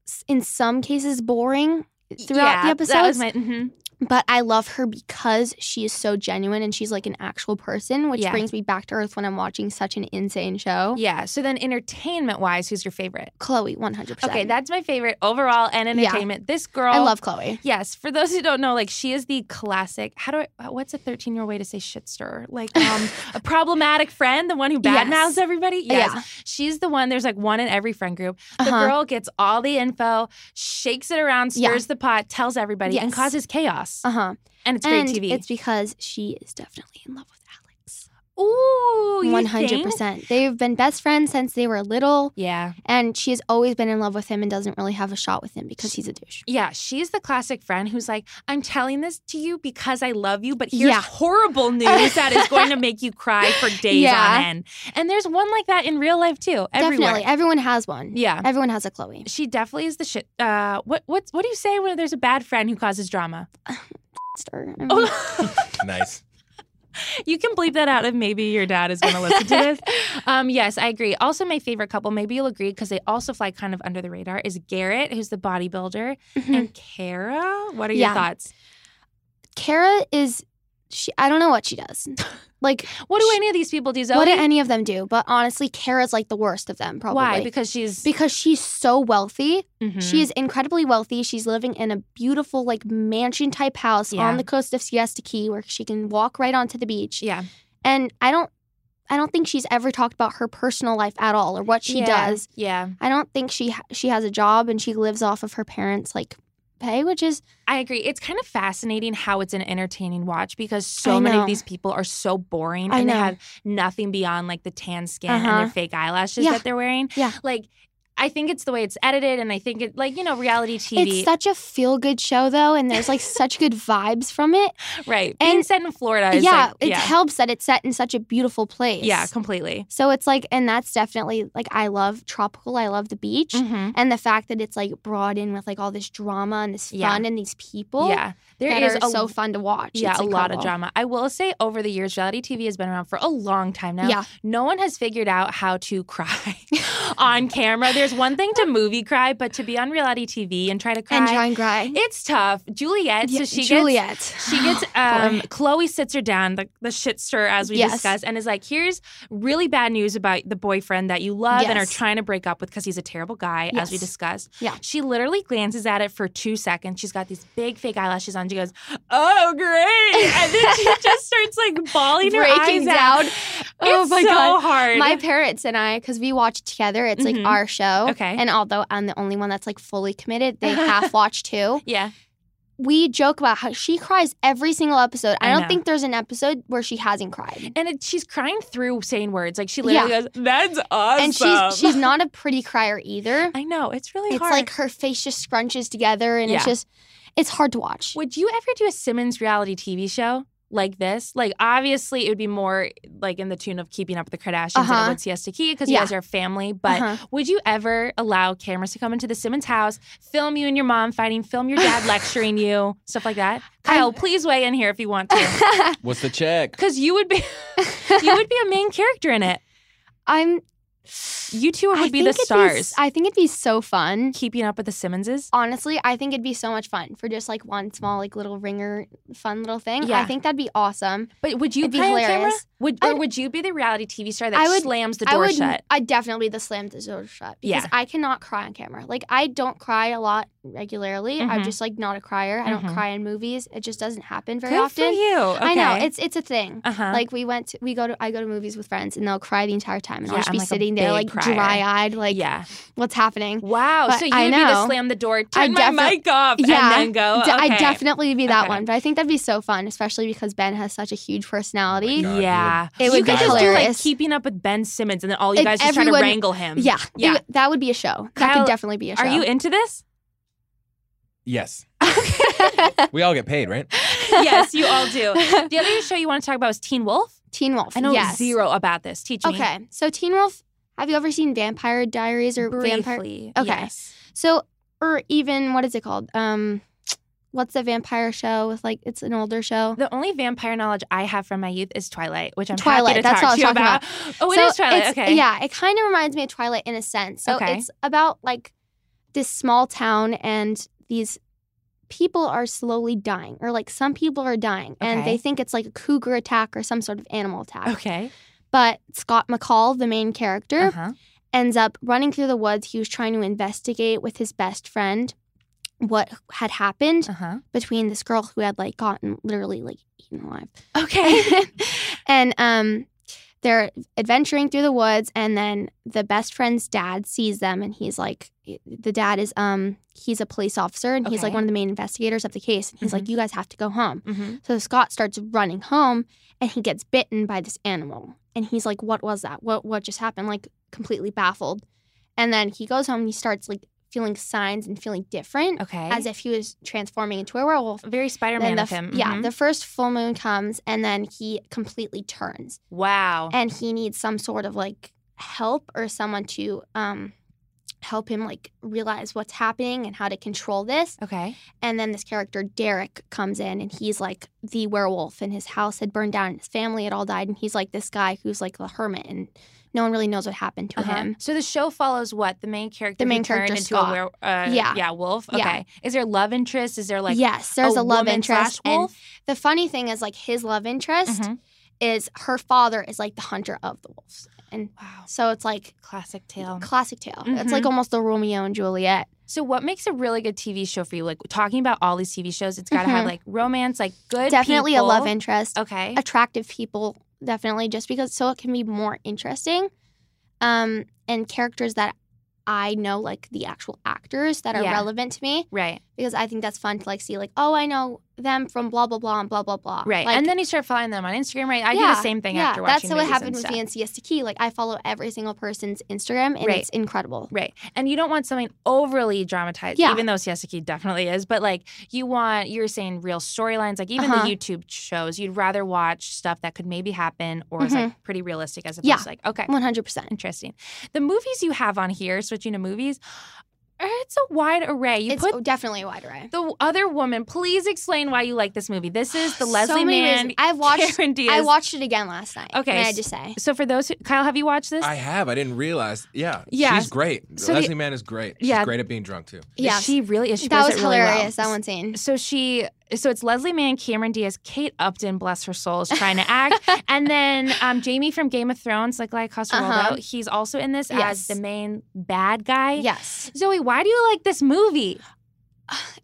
Speaker 2: s- in some cases boring throughout
Speaker 1: yeah,
Speaker 2: the
Speaker 1: That
Speaker 2: episodes.
Speaker 1: was my, mhm.
Speaker 2: but I love her because she is so genuine and she's like an actual person, which
Speaker 1: Yeah.
Speaker 2: brings me back to earth when I'm watching such an insane show.
Speaker 1: Yeah. So then entertainment wise, who's your favorite?
Speaker 2: Chloe, 100%.
Speaker 1: Okay, that's my favorite overall and
Speaker 2: Yeah.
Speaker 1: entertainment. This girl
Speaker 2: I love Chloe.
Speaker 1: Yes, for those who don't know, like she is the classic. How do I? uh, What's a thirteen-year-old way to say shit stirrer? Like
Speaker 2: *laughs*
Speaker 1: um, a problematic friend, the one who
Speaker 2: Yes.
Speaker 1: badmouths everybody. Yes, she's the one. There's like one in every friend group.
Speaker 2: Yeah.
Speaker 1: The
Speaker 2: Uh-huh.
Speaker 1: girl gets all the info, shakes it around,
Speaker 2: Yeah.
Speaker 1: stirs the pot, tells everybody, and
Speaker 2: Yes.
Speaker 1: causes chaos.
Speaker 2: Uh-huh.
Speaker 1: And it's
Speaker 2: And
Speaker 1: great TV.
Speaker 2: it's because she is definitely in love with Alex.
Speaker 1: Ooh, Oh, you
Speaker 2: 100%.
Speaker 1: think?
Speaker 2: They've been best friends since they were little,
Speaker 1: Yeah,
Speaker 2: and she has always been in love with him and doesn't really have a shot with him because he's a douche.
Speaker 1: yeah. She's the classic friend who's like, "I'm telling this to you because I love you, but here's
Speaker 2: Yeah.
Speaker 1: horrible news that is going to make you cry
Speaker 2: *laughs*
Speaker 1: for days
Speaker 2: Yeah.
Speaker 1: on end." And there's one like that in real life too. Everywhere.
Speaker 2: Definitely. Everyone has one.
Speaker 1: Yeah,
Speaker 2: Everyone has a
Speaker 1: *laughs*
Speaker 2: Chloe.
Speaker 1: she definitely is the shit. Uh, what what what do you say when there's a bad friend who causes drama?
Speaker 2: Stir. I mean,
Speaker 1: Oh, *laughs*
Speaker 3: nice.
Speaker 1: you can bleep that out if maybe your dad is going to listen to
Speaker 2: *laughs*
Speaker 1: this. Um, yes, I agree. Also, my favorite couple, maybe you'll agree because they also fly kind of under the radar, is Garrett, who's the bodybuilder,
Speaker 2: mhm.
Speaker 1: and Kara. What are
Speaker 2: Yeah.
Speaker 1: your thoughts?
Speaker 2: *laughs* Kara is she I don't know what she
Speaker 1: *laughs*
Speaker 2: does. Like
Speaker 1: What do any of these people do? Zoe?
Speaker 2: what do any of them do? But honestly, Kara's like the worst of them probably.
Speaker 1: Why? Because she's
Speaker 2: because she's so wealthy.
Speaker 1: Mhm.
Speaker 2: She is incredibly wealthy. She's living in a beautiful like mansion type house
Speaker 1: Yeah.
Speaker 2: on the coast of Siesta Key where she can walk right onto the beach.
Speaker 1: yeah
Speaker 2: And I don't I don't think she's ever talked about her personal life at all or what she
Speaker 1: Yeah.
Speaker 2: does.
Speaker 1: Yeah,
Speaker 2: I don't think she ha- she has a job and she lives off of her parents like pay, which is
Speaker 1: I agree. It's kind of fascinating how it's an entertaining watch because
Speaker 2: I
Speaker 1: so many
Speaker 2: know.
Speaker 1: of these people are so boring
Speaker 2: I
Speaker 1: and they
Speaker 2: know.
Speaker 1: have nothing beyond like the tan skin
Speaker 2: Uh-huh.
Speaker 1: and their fake eyelashes
Speaker 2: Yeah.
Speaker 1: that they're wearing.
Speaker 2: Yeah.
Speaker 1: like. I think it's the way it's edited, and I think it like you know reality TV,
Speaker 2: It's such a feel good show though, and
Speaker 1: *laughs*
Speaker 2: there's like such good vibes from it.
Speaker 1: right? Being
Speaker 2: and-
Speaker 1: set in Florida, is
Speaker 2: yeah,
Speaker 1: like,
Speaker 2: it
Speaker 1: yeah,
Speaker 2: helps that it's set in such a beautiful place.
Speaker 1: yeah, completely.
Speaker 2: So it's like, and that's definitely like I love tropical. I love the beach,
Speaker 1: Mhm.
Speaker 2: and the fact that it's like brought in with like all this drama and this
Speaker 1: Yeah.
Speaker 2: fun and these people.
Speaker 1: yeah,
Speaker 2: that
Speaker 1: there is
Speaker 2: are
Speaker 1: a
Speaker 2: so fun to watch.
Speaker 1: yeah
Speaker 2: It's
Speaker 1: a lot of
Speaker 2: incredible.
Speaker 1: drama. I will say over the years, reality TV has been around for a long time now.
Speaker 2: Yeah,
Speaker 1: No one has figured out how to *laughs* cry
Speaker 2: *laughs*
Speaker 1: on camera. There's one thing to movie cry, but to be on reality TV and try to cry,
Speaker 2: and try and cry.
Speaker 1: it's tough. Juliet, so
Speaker 2: Yeah,
Speaker 1: she gets
Speaker 2: Juliet.
Speaker 1: She
Speaker 2: *gasps*
Speaker 1: gets um Chloe sits her down, the, the shit stir as we
Speaker 2: Yes.
Speaker 1: discussed, and is like, here's really bad news about the boyfriend that you love and are
Speaker 2: Yes.
Speaker 1: trying to break up with because he's a terrible guy, as we
Speaker 2: Yes.
Speaker 1: discussed.
Speaker 2: Yeah.
Speaker 1: She literally glances at it for two seconds. She's got these big fake eyelashes on. She goes, Oh great. And then
Speaker 2: *laughs*
Speaker 1: she just starts like bawling her eyes
Speaker 2: breaking
Speaker 1: out.
Speaker 2: down. Oh
Speaker 1: It's
Speaker 2: my
Speaker 1: so
Speaker 2: god.
Speaker 1: hard.
Speaker 2: My parents and I, because we watch together, it's
Speaker 1: Mhm.
Speaker 2: like our show.
Speaker 1: Okay.
Speaker 2: And although I'm the only one that's like fully committed,
Speaker 1: *laughs*
Speaker 2: they half watch too.
Speaker 1: yeah.
Speaker 2: We joke about how she cries every single episode. I,
Speaker 1: I
Speaker 2: don't
Speaker 1: know.
Speaker 2: think there's an episode where she hasn't cried.
Speaker 1: And it, she's crying through saying words. Like she literally goes, That's awesome.
Speaker 2: And she's she's not a pretty crier either.
Speaker 1: *laughs* I know, it's really
Speaker 2: It's
Speaker 1: hard.
Speaker 2: like her face just scrunches together and it's
Speaker 1: Yeah.
Speaker 2: just it's hard to watch.
Speaker 1: Would you ever do a Simmons reality TV show like this? Like, obviously, it would be more like in the tune of Keeping Up with the Kardashians
Speaker 2: Uh-huh.
Speaker 1: and What's Siesta Key because you
Speaker 2: Yeah.
Speaker 1: guys are a family. But *laughs*
Speaker 2: Uh-huh.
Speaker 1: would you ever allow cameras to come into the Simmons house, film you and your mom fighting, film your
Speaker 2: *laughs*
Speaker 1: dad lecturing you, stuff like that? Kyle, please weigh in here if you want
Speaker 2: *laughs*
Speaker 1: to,
Speaker 3: What's the check?
Speaker 1: because you would be *laughs* you would be a main character in it.
Speaker 2: I'm
Speaker 1: You two would
Speaker 2: I
Speaker 1: be the
Speaker 2: think it'd
Speaker 1: stars.
Speaker 2: I think it'd be so fun.
Speaker 1: Keeping Up with the Simmonses.
Speaker 2: honestly, I think it'd be so much fun for just like one small, like little ringer, fun little thing.
Speaker 1: Yeah.
Speaker 2: I think that'd be awesome.
Speaker 1: But would you
Speaker 2: It'd be
Speaker 1: play on camera?
Speaker 2: hilarious.
Speaker 1: Would or
Speaker 2: I'd-
Speaker 1: would you be the reality TV star that
Speaker 2: I would-
Speaker 1: slams the
Speaker 2: I
Speaker 1: door
Speaker 2: would,
Speaker 1: shut?
Speaker 2: I'd definitely be the slam the door shut because
Speaker 1: Yeah.
Speaker 2: I cannot cry on camera. Like I don't cry a lot regularly. I'm
Speaker 1: Mhm.
Speaker 2: just like not a crier. I don't
Speaker 1: Mhm.
Speaker 2: cry in movies. It just doesn't happen very
Speaker 1: Good
Speaker 2: often.
Speaker 1: for you.
Speaker 2: I know
Speaker 1: Okay.
Speaker 2: it's it's a thing.
Speaker 1: uh huh.
Speaker 2: Like we went, to, we go to I go to movies with friends and they'll cry the entire time and
Speaker 1: Yeah,
Speaker 2: I'll just
Speaker 1: I'm,
Speaker 2: be
Speaker 1: like, a
Speaker 2: sitting there like
Speaker 1: big crier.
Speaker 2: dry eyed, like
Speaker 1: yeah.
Speaker 2: what's happening.
Speaker 1: Wow.
Speaker 2: But
Speaker 1: so you
Speaker 2: I
Speaker 1: would be to
Speaker 2: know.
Speaker 1: slam the door,
Speaker 2: I
Speaker 1: turn my
Speaker 2: defi-
Speaker 1: mic off, and
Speaker 2: Yeah.
Speaker 1: then go.
Speaker 2: D- I'd
Speaker 1: Oh, okay.
Speaker 2: definitely be that
Speaker 1: Okay. Oh
Speaker 2: one, but I think that'd be so fun, especially because Ben has such a huge personality.
Speaker 3: God, dude.
Speaker 1: yeah,
Speaker 2: It
Speaker 1: you
Speaker 2: would
Speaker 1: could
Speaker 2: be
Speaker 1: just do like
Speaker 2: hilarious.
Speaker 1: keeping up with Ben Simmons, and then all you
Speaker 2: And
Speaker 1: guys just try to
Speaker 2: everyone-
Speaker 1: wrangle him.
Speaker 2: Yeah, it
Speaker 1: Yeah.
Speaker 2: would- that would be a show.
Speaker 1: Kyle,
Speaker 2: that could definitely be a show.
Speaker 1: Are you into this?
Speaker 3: Yes. We all get
Speaker 1: *laughs*
Speaker 3: paid, right?
Speaker 1: yes, you all do. The
Speaker 2: *laughs*
Speaker 1: other show you want to talk about is Teen Wolf.
Speaker 2: *laughs* Teen Wolf?
Speaker 1: I know
Speaker 2: yes.
Speaker 1: zero about this. Teach me.
Speaker 2: Okay, so Teen Wolf. Have you ever seen Vampire Diaries or Vampire?
Speaker 1: Briefly.
Speaker 2: Okay.
Speaker 1: Yes.
Speaker 2: So, or even what is it called? Um, what's the vampire show with like? It's an older show.
Speaker 1: The only vampire knowledge I have from my youth is Twilight, which I'm
Speaker 2: Twilight,
Speaker 1: happy to
Speaker 2: that's
Speaker 1: talk
Speaker 2: what
Speaker 1: to
Speaker 2: I
Speaker 1: you
Speaker 2: was talking
Speaker 1: about. Oh,
Speaker 2: So
Speaker 1: it is Twilight.
Speaker 2: it's-
Speaker 1: Okay.
Speaker 2: Yeah, it kind of reminds me of Twilight in a sense. So
Speaker 1: Okay.
Speaker 2: it's about like this small town and these people are slowly dying or like some people are dying and
Speaker 1: Okay.
Speaker 2: they think it's like a cougar attack or some sort of animal attack.
Speaker 1: Okay.
Speaker 2: But Scott McCall, the main character,
Speaker 1: Uh-huh.
Speaker 2: ends up running through the woods. He was trying to investigate with his best friend what had happened
Speaker 1: Uh-huh.
Speaker 2: between this girl who had like gotten literally like eaten alive. *laughs*
Speaker 1: Okay.
Speaker 2: and um they're adventuring through the woods and then the best friend's dad sees them and he's like the dad is um he's a police officer and he's like
Speaker 1: Okay.
Speaker 2: one of the main investigators of the case and he's like you guys have to go home.
Speaker 1: *laughs* mm-hmm.
Speaker 2: So Scott starts running home and he gets bitten by this animal. And he's like, What was that? What what just happened? Like completely baffled. And then he goes home and he starts like feeling signs and feeling different
Speaker 1: Okay.
Speaker 2: as if he was transforming into a werewolf.
Speaker 1: Very Spider
Speaker 2: Then
Speaker 1: Man
Speaker 2: the
Speaker 1: of
Speaker 2: f-
Speaker 1: him.
Speaker 2: Yeah,
Speaker 1: Mhm.
Speaker 2: the first full moon comes and then he completely turns.
Speaker 1: wow.
Speaker 2: And he needs some sort of like help or someone to um help him like realize what's happening and how to control this.
Speaker 1: okay.
Speaker 2: And then this character, Derek, comes in and he's like the werewolf, and his house had burned down, and his family had all died. And he's like this guy who's like the hermit, and no one really knows what happened to
Speaker 1: Uh-huh.
Speaker 2: him.
Speaker 1: So the show follows what the main character.
Speaker 2: The
Speaker 1: who
Speaker 2: main
Speaker 1: turned
Speaker 2: character,
Speaker 1: into a
Speaker 2: Scott.
Speaker 1: were- uh,
Speaker 2: Yeah.
Speaker 1: yeah, wolf. Okay.
Speaker 2: Yeah.
Speaker 1: Is there love interest? Is there like
Speaker 2: yes, there's a, love
Speaker 1: woman
Speaker 2: interest.
Speaker 1: slash wolf?
Speaker 2: And the funny thing is, like, his love interest
Speaker 1: Mhm.
Speaker 2: is her father is like the hunter of the wolves. And
Speaker 1: Wow.
Speaker 2: so it's like
Speaker 1: Classic tale.
Speaker 2: classic tale. It's
Speaker 1: Mhm.
Speaker 2: like almost the Romeo and Juliet.
Speaker 1: So what makes a really good TV show for you? Like talking about all these TV shows, it's got to have
Speaker 2: Mhm.
Speaker 1: like romance, like good.
Speaker 2: Definitely a love
Speaker 1: people.
Speaker 2: interest.
Speaker 1: Okay.
Speaker 2: attractive people definitely just because so it can be more interesting um and characters that i know like the actual actors that are
Speaker 1: Yeah.
Speaker 2: relevant to me
Speaker 1: right.
Speaker 2: because I think that's fun to like see like oh I know them from blah blah blah and blah blah blah.
Speaker 1: Right.
Speaker 2: Uh, Like,
Speaker 1: and then you start following them on Instagram, right? I do
Speaker 2: Yeah,
Speaker 1: the same thing
Speaker 2: yeah,
Speaker 1: after watching
Speaker 2: that's how it
Speaker 1: movies
Speaker 2: happened
Speaker 1: and
Speaker 2: with
Speaker 1: stuff.
Speaker 2: me and Siesta Key. Like I follow every single person's Instagram, and
Speaker 1: Right.
Speaker 2: it's incredible.
Speaker 1: Right. And you don't want something overly dramatized,
Speaker 2: Yeah.
Speaker 1: even though Siesta Key definitely is, but like you want, you were saying real storylines, like even
Speaker 2: Uh-huh.
Speaker 1: the YouTube shows, you'd rather watch stuff that could maybe happen or is like pretty realistic as opposed
Speaker 2: Mm-hmm. Yeah. Mm.
Speaker 1: to like, okay,
Speaker 2: One hundred percent.
Speaker 1: interesting. The movies you have on here, switching to movies, uh, it's a wide array. You
Speaker 2: It's
Speaker 1: put
Speaker 2: definitely a wide array.
Speaker 1: the other woman, please explain why you like this movie. This is the
Speaker 2: So
Speaker 1: Leslie
Speaker 2: many
Speaker 1: Mann.
Speaker 2: reasons. I've watched.
Speaker 1: Cameron Diaz.
Speaker 2: I watched it again last night.
Speaker 1: Okay,
Speaker 2: May I
Speaker 1: s-
Speaker 2: just say?
Speaker 1: So for those who, Kyle, have you watched this?
Speaker 3: I have. I didn't realize. Yeah.
Speaker 1: Yeah.
Speaker 3: She's great.
Speaker 1: So the-
Speaker 3: Leslie Mann is great. She's
Speaker 1: Yeah.
Speaker 3: great at being drunk too.
Speaker 2: Yeah.
Speaker 1: She really is. She
Speaker 2: that
Speaker 1: plays
Speaker 2: was
Speaker 1: it really well.
Speaker 2: hilarious. That one scene.
Speaker 1: So she, so it's Leslie Mann, Cameron Diaz, Kate Upton, bless her soul, is trying to
Speaker 2: *laughs*
Speaker 1: act, and then um, Jamie from Game of Thrones, like like Costa
Speaker 2: Uh-huh.
Speaker 1: he's also in this as
Speaker 2: Yes.
Speaker 1: the main bad guy.
Speaker 2: Yes.
Speaker 1: Zoe, why do you like this movie?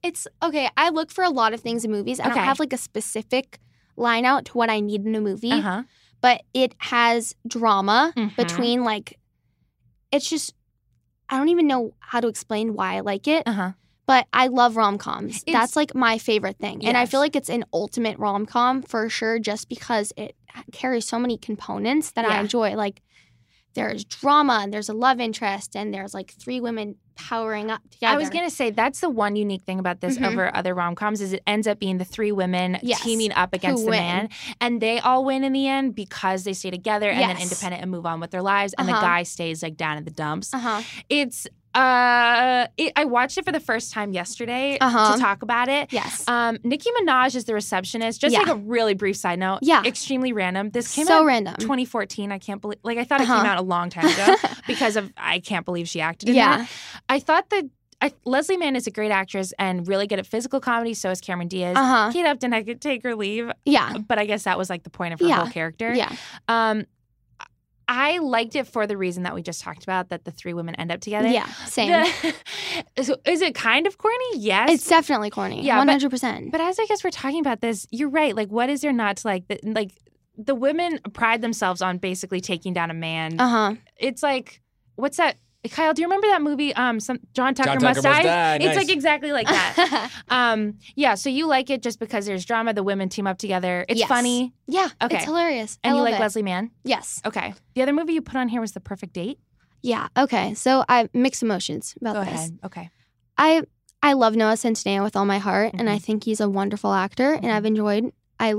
Speaker 2: It's okay. I look for a lot of things in movies. I
Speaker 1: Okay.
Speaker 2: don't have like a specific line out to what I need in a movie,
Speaker 1: Uh-huh.
Speaker 2: but it has drama
Speaker 1: Mhm.
Speaker 2: between like, it's just, I don't even know how to explain why I like it,
Speaker 1: Uh-huh.
Speaker 2: but I love rom coms.
Speaker 1: It's-
Speaker 2: That's like my favorite thing. And I
Speaker 1: Yes.
Speaker 2: feel like it's an ultimate rom com for sure, just because it carries so many components that I
Speaker 1: Yeah.
Speaker 2: enjoy. Like, there's drama and there's a love interest and there's like three women powering up together.
Speaker 1: I was gonna say that's the one unique thing about this
Speaker 2: Mhm.
Speaker 1: over other rom coms is it ends up being the three women
Speaker 2: Yes.
Speaker 1: teaming up against the
Speaker 2: win.
Speaker 1: man, and they all win in the end because they stay together and then
Speaker 2: Yes.
Speaker 1: independent and move on with their lives, and the
Speaker 2: Uh-huh.
Speaker 1: guy stays like down in the dumps.
Speaker 2: Uh huh.
Speaker 1: It's uh, it, I watched it for the first time yesterday
Speaker 2: Uh-huh.
Speaker 1: to talk about it.
Speaker 2: Yes.
Speaker 1: Um, Nicki Minaj is the receptionist. Just
Speaker 2: Yeah.
Speaker 1: like a really brief side note.
Speaker 2: Yeah.
Speaker 1: extremely random. This came
Speaker 2: so
Speaker 1: out.
Speaker 2: random.
Speaker 1: 2014. I can't believe. Like I thought it
Speaker 2: Uh-huh.
Speaker 1: came out a long time
Speaker 2: *laughs*
Speaker 1: ago because of I can't believe she acted in that.
Speaker 2: yeah.
Speaker 1: I thought that I, Leslie Mann is a great actress and really good at physical comedy. So is Cameron Diaz.
Speaker 2: Uh huh.
Speaker 1: Kate Upton, I could take or leave,
Speaker 2: Yeah.
Speaker 1: but I guess that was like the point of her
Speaker 2: Uh-huh. Yeah.
Speaker 1: whole character.
Speaker 2: Yeah.
Speaker 1: Um, I liked it for the reason that we just talked about that the three women end up together.
Speaker 2: Yeah. Same.
Speaker 1: The- *laughs* so is it kind of corny? Yes.
Speaker 2: it's definitely corny.
Speaker 1: Yeah,
Speaker 2: Yeah.
Speaker 1: but-
Speaker 2: One hundred percent.
Speaker 1: but as I guess we're talking about this, you're right. Like, what is there not to like? The, like, the women pride themselves on basically taking down a man.
Speaker 2: Uh huh.
Speaker 1: it's like, what's that? Kyle, do you remember that movie? Um, some John Tucker,
Speaker 3: John Tucker must die.
Speaker 1: It's
Speaker 3: Nice.
Speaker 1: like exactly like that.
Speaker 2: *laughs*
Speaker 1: Um, yeah, so you like it just because there's drama, the women team up together. It's
Speaker 2: Yes.
Speaker 1: funny
Speaker 2: yeah.
Speaker 1: Okay.
Speaker 2: It's hilarious. I
Speaker 1: and you
Speaker 2: love
Speaker 1: like
Speaker 2: it.
Speaker 1: Leslie Mann.
Speaker 2: Yes.
Speaker 1: Okay. The other movie you put on here was The Perfect Date.
Speaker 2: Yeah. Okay. So I mixed emotions about
Speaker 1: Go
Speaker 2: this.
Speaker 1: ahead. Okay.
Speaker 2: I I love Noah Centineo with all my heart, and I
Speaker 1: Mhm.
Speaker 2: think he's a wonderful actor, and
Speaker 1: Mhm.
Speaker 2: I've enjoyed. I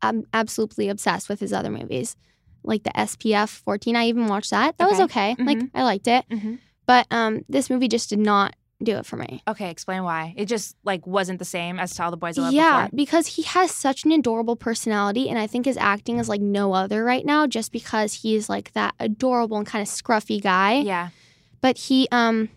Speaker 2: I'm absolutely obsessed with his other movies, like the SPF 14. I even watched that. That was okay. Like
Speaker 1: Mhm.
Speaker 2: I liked it,
Speaker 1: Mhm.
Speaker 2: but um, this movie just did not do it for me.
Speaker 1: Okay, explain why. It just like wasn't the same as to all the boys I love
Speaker 2: yeah,
Speaker 1: before.
Speaker 2: because he has such an adorable personality, and I think his acting is like no other right now, just because he's like that adorable and kind of scruffy guy.
Speaker 1: Yeah.
Speaker 2: But he, um,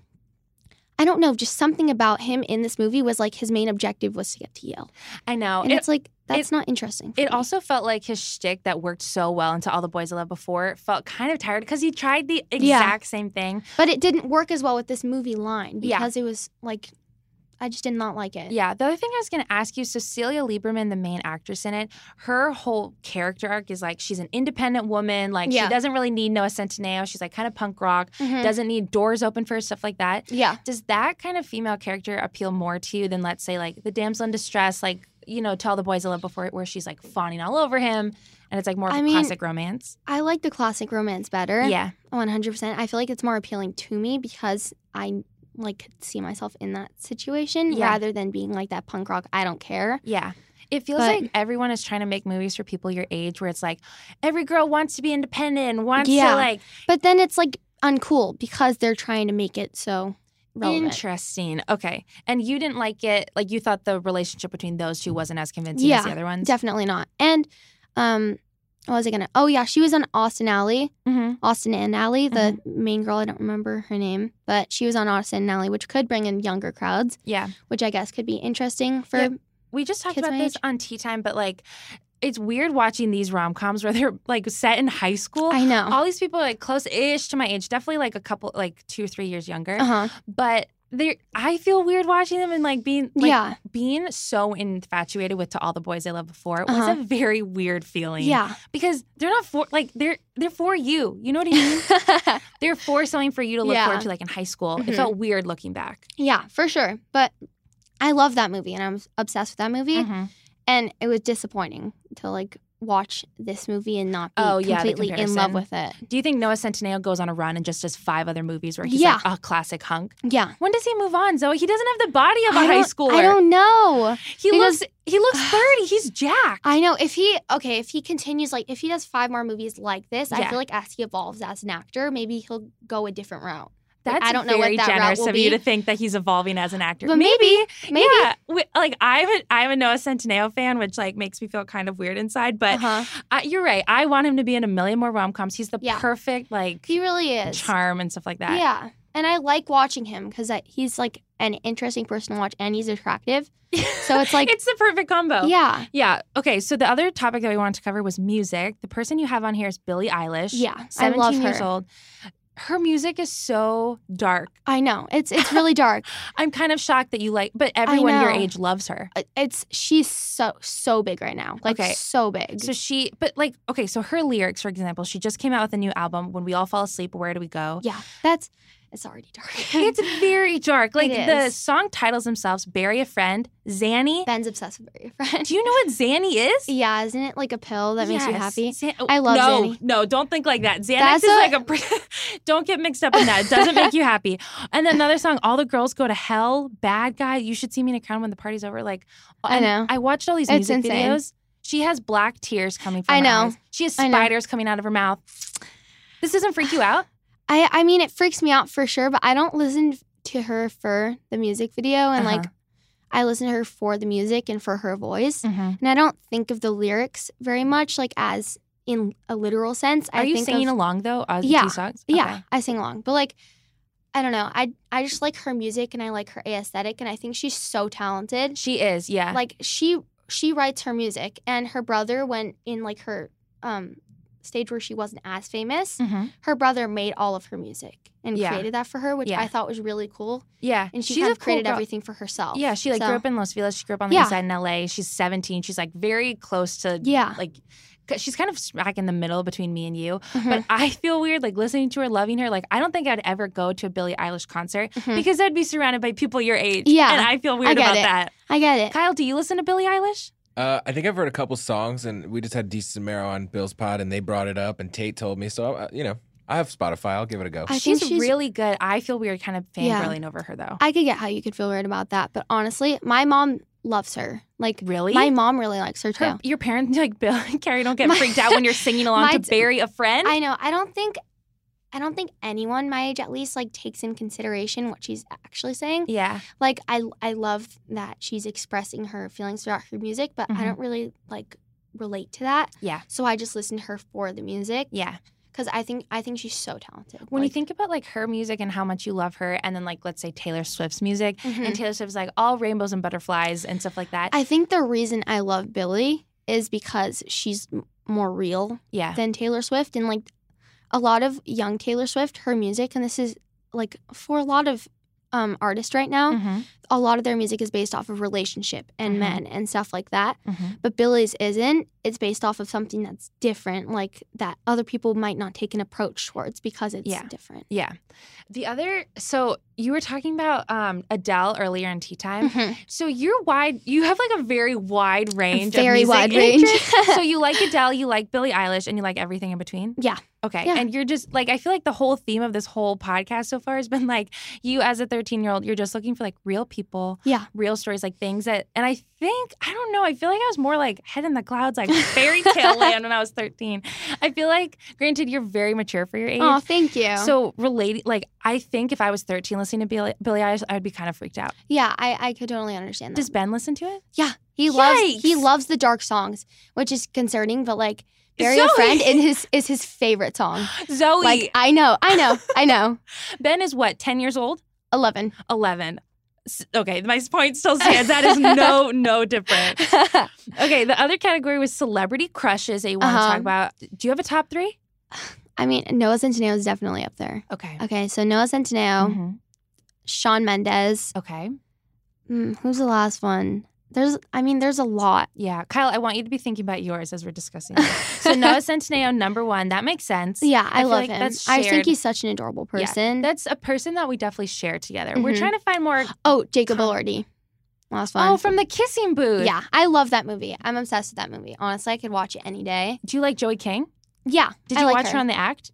Speaker 2: I don't know, just something about him in this movie was like his main objective was to get to Yale,
Speaker 1: I know.
Speaker 2: and
Speaker 1: It,
Speaker 2: it's like that's not interesting. for
Speaker 1: it
Speaker 2: me.
Speaker 1: also felt like his shtick that worked so well into all the boys I love before felt kind of tired because he tried the exact same thing.
Speaker 2: but it didn't work as well with this movie line
Speaker 1: Yeah.
Speaker 2: because it was like, I just did not like it.
Speaker 1: Yeah. The other thing I was going to ask you Cecilia Lieberman, the main actress in it, her whole character arc is like she's an independent woman. Like
Speaker 2: Yeah.
Speaker 1: she doesn't really need Noah Centineo. She's like kind of punk rock,
Speaker 2: Mhm.
Speaker 1: doesn't need doors open for her, stuff like that.
Speaker 2: yeah,
Speaker 1: Does that kind of female character appeal more to you than, let's say, like the damsel in distress, like, you know, Tell the Boys I Love Before, where she's like fawning all over him and it's like more of a
Speaker 2: I mean-
Speaker 1: classic romance?
Speaker 2: I like the classic romance better.
Speaker 1: Yeah.
Speaker 2: One hundred percent. I feel like it's more appealing to me because I like could see myself in that situation
Speaker 1: Yeah.
Speaker 2: rather than being like that punk rock. I don't care.
Speaker 1: Yeah. It feels
Speaker 2: But-
Speaker 1: like everyone is trying to make movies for people your age where it's like every girl wants to be independent and wants
Speaker 2: Yeah.
Speaker 1: to like
Speaker 2: But then it's like uncool because they're trying to make it so relevant.
Speaker 1: Interesting. Okay. And you didn't like it. Like you thought the relationship between those two wasn't as convincing as the
Speaker 2: Yeah,
Speaker 1: other ones.
Speaker 2: Definitely not. And um, what was I gonna? Oh yeah, she was on Austin Alley,
Speaker 1: hmm
Speaker 2: Austin and Alley, the
Speaker 1: Mm-hmm.
Speaker 2: main girl. I don't remember her name, but she was on Austin and Alley, which could bring in younger crowds,
Speaker 1: Yeah.
Speaker 2: which I guess could be interesting for.
Speaker 1: Yeah. We just talked
Speaker 2: Kids
Speaker 1: about
Speaker 2: my
Speaker 1: this
Speaker 2: age.
Speaker 1: on Tea Time, but like it's weird watching these rom coms where they're like set in high school.
Speaker 2: I know.
Speaker 1: All these people are like close ish to my age, definitely like a couple, like two or three years younger.
Speaker 2: Uh huh.
Speaker 1: But they are I feel weird watching them and like being like
Speaker 2: yeah.
Speaker 1: being so infatuated with to all the boys I loved before was
Speaker 2: Uh-huh.
Speaker 1: a very weird feeling.
Speaker 2: Yeah.
Speaker 1: Because they're not for like they're they're for you. You know what I
Speaker 2: *laughs*
Speaker 1: mean? they're for something for you to look
Speaker 2: Yeah. Mm-hmm.
Speaker 1: forward to like in high school. It
Speaker 2: Mhm.
Speaker 1: felt weird looking back.
Speaker 2: Yeah, for sure. But I love that movie and I'm obsessed with that movie.
Speaker 1: Mhm.
Speaker 2: And it was disappointing to like watch this movie and not be
Speaker 1: Oh, yeah, the
Speaker 2: completely in love
Speaker 1: comparison.
Speaker 2: with it.
Speaker 1: Do you think Noah Centineo goes on a run and just does five other movies where he's
Speaker 2: Yeah.
Speaker 1: like a classic hunk?
Speaker 2: Yeah.
Speaker 1: When does he move on, Zoe? He doesn't have the body of a
Speaker 2: I
Speaker 1: high
Speaker 2: don't-
Speaker 1: schooler.
Speaker 2: I don't know.
Speaker 1: he
Speaker 2: because-
Speaker 1: looks he
Speaker 2: *sighs*
Speaker 1: looks thirty. He's jacked.
Speaker 2: I know if he okay, if he continues like if he does five more movies like this, I
Speaker 1: Yeah.
Speaker 2: feel like as he evolves as an actor, maybe he'll go a different route.
Speaker 1: That's
Speaker 2: I don't know what
Speaker 1: very
Speaker 2: that route
Speaker 1: generous
Speaker 2: will
Speaker 1: of you
Speaker 2: be.
Speaker 1: to think that he's evolving as an actor.
Speaker 2: But maybe, Maybe.
Speaker 1: Yeah, we- like I'm a, I'm a Noah Centineo fan, which like makes me feel kind of weird inside. But
Speaker 2: Uh-huh.
Speaker 1: I, you're right. I want him to be in a million more rom coms. He's the
Speaker 2: Yeah.
Speaker 1: perfect like
Speaker 2: He really is.
Speaker 1: charm and stuff like that.
Speaker 2: Yeah. And I like watching him because he's like an interesting person to watch and he's attractive.
Speaker 1: *laughs*
Speaker 2: So it's like,
Speaker 1: it's the perfect combo.
Speaker 2: yeah.
Speaker 1: Yeah. Okay. So the other topic that we wanted to cover was music. The person you have on here is Billie Eilish.
Speaker 2: Yeah. I
Speaker 1: 17
Speaker 2: love her.
Speaker 1: years old. Her music is so dark.
Speaker 2: I know. It's it's really dark.
Speaker 1: I'm kind of shocked that you like, but everyone your
Speaker 2: know.
Speaker 1: age loves her.
Speaker 2: Uh, It's she's so so big right now. Like
Speaker 1: Okay.
Speaker 2: so big.
Speaker 1: So she, but like, okay, so her lyrics, for example, she just came out with a new album, When We All Fall Asleep, Where Do We Go?
Speaker 2: yeah. That's it's already dark.
Speaker 1: *laughs* It's very dark. Like the
Speaker 2: is.
Speaker 1: song titles themselves, Bury a Friend, Zanny.
Speaker 2: Ben's obsessed with your
Speaker 1: *laughs*
Speaker 2: friend.
Speaker 1: Do you know what Zanny is?
Speaker 2: Yeah, isn't it like a pill that makes you
Speaker 1: Yes.
Speaker 2: happy?
Speaker 1: Xan- oh,
Speaker 2: I love
Speaker 1: no,
Speaker 2: Xanny.
Speaker 1: No, don't think like that. Xanax
Speaker 2: That's
Speaker 1: is
Speaker 2: a-
Speaker 1: like a. pr- *laughs* don't get mixed up in that. It doesn't make you happy. And then another song, All the Girls Go to Hell, Bad Guy, You Should See Me in a Crown When the Party's Over. Like,
Speaker 2: I
Speaker 1: and
Speaker 2: know.
Speaker 1: I watched all these
Speaker 2: It's
Speaker 1: music
Speaker 2: insane.
Speaker 1: videos. She has black tears coming from
Speaker 2: I
Speaker 1: her
Speaker 2: know.
Speaker 1: eyes. She has
Speaker 2: I know.
Speaker 1: spiders coming out of her mouth. This doesn't freak you
Speaker 2: *sighs*
Speaker 1: out?
Speaker 2: I I mean it freaks me out for sure, but I don't listen to her for the music video and
Speaker 1: Uh-huh.
Speaker 2: like I listen to her for the music and for her voice.
Speaker 1: Mm-hmm.
Speaker 2: And I don't think of the lyrics very much like as in a literal sense.
Speaker 1: Are
Speaker 2: I
Speaker 1: you
Speaker 2: think
Speaker 1: singing
Speaker 2: of,
Speaker 1: along though? Uh,
Speaker 2: Yeah.
Speaker 1: Two songs?
Speaker 2: Yeah, I sing along. But like I don't know. I I just like her music and I like her aesthetic and I think she's so talented.
Speaker 1: She is, yeah.
Speaker 2: Like she she writes her music and her brother went in like her um stage where she wasn't as famous.
Speaker 1: hmm
Speaker 2: Her brother made all of her music and
Speaker 1: Yeah.
Speaker 2: created that for her, which
Speaker 1: Yeah.
Speaker 2: I thought was really cool.
Speaker 1: Yeah.
Speaker 2: And she
Speaker 1: She's
Speaker 2: kind
Speaker 1: a
Speaker 2: of
Speaker 1: cool
Speaker 2: created
Speaker 1: girl.
Speaker 2: everything for herself.
Speaker 1: Yeah, she like
Speaker 2: So-
Speaker 1: grew up in Los Feliz. She grew up on the
Speaker 2: Yeah.
Speaker 1: east side in LA. She's 17. She's like very close to *laughs*
Speaker 2: Yeah.
Speaker 1: like 'cause she's kind of smack in the middle between me and you.
Speaker 2: Mhm.
Speaker 1: But I feel weird like listening to her, loving her. Like I don't think I'd ever go to a Billie Eilish concert
Speaker 2: Mhm.
Speaker 1: because I'd be surrounded by people your age.
Speaker 2: Yeah.
Speaker 1: and I feel weird
Speaker 2: I get
Speaker 1: about
Speaker 2: it.
Speaker 1: that.
Speaker 2: I get it.
Speaker 1: Kyle, do you listen to Billie Eilish?
Speaker 3: Uh, I think I've heard a couple songs, and we just had Dee Samero on Bill's Pod, and they brought it up, and Tate told me. So, uh, you know, I have Spotify. I'll give it a go.
Speaker 2: I
Speaker 1: she's,
Speaker 2: think she's-
Speaker 1: really good. I feel weird kind of
Speaker 2: Yeah.
Speaker 1: fangirling over her though.
Speaker 2: I could get how you could feel weird about that, but honestly, my mom loves her. Like
Speaker 1: really?
Speaker 2: my mom really likes her too.
Speaker 1: Her- your parents *laughs* like Bill and Carrie don't get
Speaker 2: My-
Speaker 1: freaked out when
Speaker 2: *laughs*
Speaker 1: you're singing along
Speaker 2: My
Speaker 1: to
Speaker 2: t-
Speaker 1: bury a friend.
Speaker 2: I know. I don't think I don't think anyone my age at least like takes in consideration what she's actually saying.
Speaker 1: yeah.
Speaker 2: Like I I love that she's expressing her feelings throughout her music, but
Speaker 1: Mhm.
Speaker 2: I don't really like relate to that.
Speaker 1: Yeah.
Speaker 2: So I just listen to her for the music
Speaker 1: Yeah.
Speaker 2: cuz I think I think she's so talented.
Speaker 1: When you
Speaker 2: Like,
Speaker 1: think about like her music and how much you love her, and then like let's say Taylor Swift's music,
Speaker 2: mhm.
Speaker 1: and Taylor Swift's like all rainbows and butterflies and stuff like that.
Speaker 2: I think the reason I love Billie is because she's m- more real
Speaker 1: yeah.
Speaker 2: than Taylor Swift and like a lot of young Taylor Swift her music and this is like for a lot of um artists right now
Speaker 1: Mhm,
Speaker 2: a lot of their music is based off of relationship and
Speaker 1: Mhm.
Speaker 2: men and stuff like that.
Speaker 1: mhm.
Speaker 2: But Billy's isn't. It's based off of something that's different, like that other people might not take an approach towards because it's
Speaker 1: Yeah.
Speaker 2: different.
Speaker 1: Yeah. The other, so you were talking about um, Adele earlier in tea
Speaker 2: *laughs*
Speaker 1: time.
Speaker 2: Mm-hmm.
Speaker 1: So you're wide, you have like a very wide range of
Speaker 2: Very
Speaker 1: music
Speaker 2: wide range. *laughs*
Speaker 1: interests. so you like Adele, you like Billie Eilish, and you like everything in between?
Speaker 2: Yeah.
Speaker 1: Okay.
Speaker 2: Yeah.
Speaker 1: And you're just like, I feel like the whole theme of this whole podcast so far has been like, you as a 13 year old, you're just looking for like real people,
Speaker 2: Yeah.
Speaker 1: real stories, like things that, and I think, I don't know, I feel like I was more like head in the clouds, like
Speaker 2: *laughs*
Speaker 1: fairy tale land when I was 13. I feel like, granted, you're very mature for your age.
Speaker 2: Oh, thank you.
Speaker 1: So relating, like I think if I was 13 listening to Billie, Billie Eilish, I would be kind of freaked out.
Speaker 2: yeah, I, I could totally understand that.
Speaker 1: Does Ben listen to it?
Speaker 2: yeah, he loves he
Speaker 1: Yikes.
Speaker 2: loves the dark songs, which is concerning, but like "Bury a
Speaker 1: Zoe.
Speaker 2: Friend" is his is his
Speaker 1: *gasps*
Speaker 2: favorite song.
Speaker 1: *laughs* Zoe,
Speaker 2: Like I know,
Speaker 1: *laughs*
Speaker 2: I know, I know.
Speaker 1: Ben is what 10 years old,
Speaker 2: Eleven. *laughs*
Speaker 1: 11. S- Okay, my point still stands. That is *laughs* no, no different. Okay, the other category was celebrity crushes that you want to
Speaker 2: Uh-huh.
Speaker 1: talk about. Do you have a top three?
Speaker 2: I mean, Noah Centineo is definitely up there.
Speaker 1: Okay.
Speaker 2: Okay, so Noah Centineo.
Speaker 1: Mhm.
Speaker 2: Sean Mendez.
Speaker 1: Okay.
Speaker 2: Mm, who's the last one? There's, I mean, there's a lot. *laughs*
Speaker 1: Yeah, Kyle, I want you to be thinking about yours as we're *laughs* discussing. this. so Noah Centineo, number one. That makes sense.
Speaker 2: Yeah,
Speaker 1: I
Speaker 2: I,
Speaker 1: feel
Speaker 2: love
Speaker 1: like
Speaker 2: him.
Speaker 1: that's
Speaker 2: I
Speaker 1: shared.
Speaker 2: think he's such an adorable
Speaker 1: Yeah,
Speaker 2: person.
Speaker 1: That's a person that we definitely share together. We're *gasps*
Speaker 2: Mhm.
Speaker 1: trying to find more
Speaker 2: oh, Jacob
Speaker 1: Con-
Speaker 2: Elordi. That was fun.
Speaker 1: Oh, from the kissing booth.
Speaker 2: yeah, I love that movie. I'm obsessed with that movie. Honestly, I could watch it any day.
Speaker 1: Do you like Joey King?
Speaker 2: Yeah.
Speaker 1: Did
Speaker 2: I
Speaker 1: you
Speaker 2: like
Speaker 1: watch her. on the act?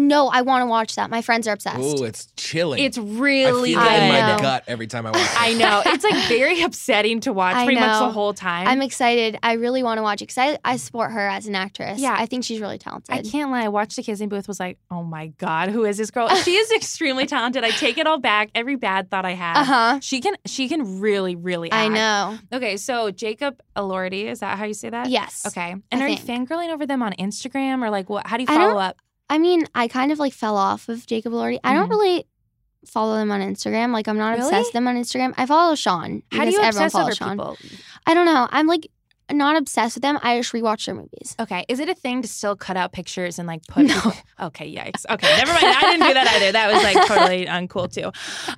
Speaker 2: No, I want to watch that. My friends are obsessed.
Speaker 3: Ooh, it's chilling.
Speaker 1: It's
Speaker 3: I
Speaker 1: really
Speaker 3: feel
Speaker 1: good.
Speaker 3: it in
Speaker 2: I
Speaker 3: my
Speaker 2: know.
Speaker 3: gut every time I watch it.
Speaker 1: I know. It's like very *laughs* upsetting to watch
Speaker 2: I
Speaker 1: pretty much the
Speaker 2: know.
Speaker 1: whole time.
Speaker 2: I'm excited. I really want to watch it because I, I support her as an actress.
Speaker 1: Yeah.
Speaker 2: I think she's really talented.
Speaker 1: I can't lie. I watched the kissing booth. Was like, oh my god, who is this girl? She
Speaker 2: *laughs*
Speaker 1: is extremely talented. I take it all back. Every bad thought I had.
Speaker 2: Uh huh.
Speaker 1: She can. She can really, really.
Speaker 2: I
Speaker 1: act.
Speaker 2: know.
Speaker 1: Okay, so Jacob Elordi, is that how you say that?
Speaker 2: Yes.
Speaker 1: Okay. And
Speaker 2: I
Speaker 1: are you
Speaker 2: think.
Speaker 1: fangirling over them on Instagram or like what? How do you
Speaker 2: I don't-
Speaker 1: follow up?
Speaker 2: I mean, I kind of like fell off of Jacob Lordy. I don't
Speaker 1: Mhm.
Speaker 2: really follow them on Instagram. Like, I'm not
Speaker 1: Really?
Speaker 2: obsessed with them on Instagram. I follow Sean.
Speaker 1: How do
Speaker 2: because
Speaker 1: you
Speaker 2: everyone
Speaker 1: obsess over
Speaker 2: follows Sean.
Speaker 1: people?
Speaker 2: I don't know. I'm like not obsessed with them. I just rewatch their movies.
Speaker 1: Okay, is it a thing to still cut out pictures and like put?
Speaker 2: No.
Speaker 1: people- *laughs* Okay, yikes. Okay, never mind. I didn't do that either. That was like
Speaker 2: *laughs*
Speaker 1: totally uncool too.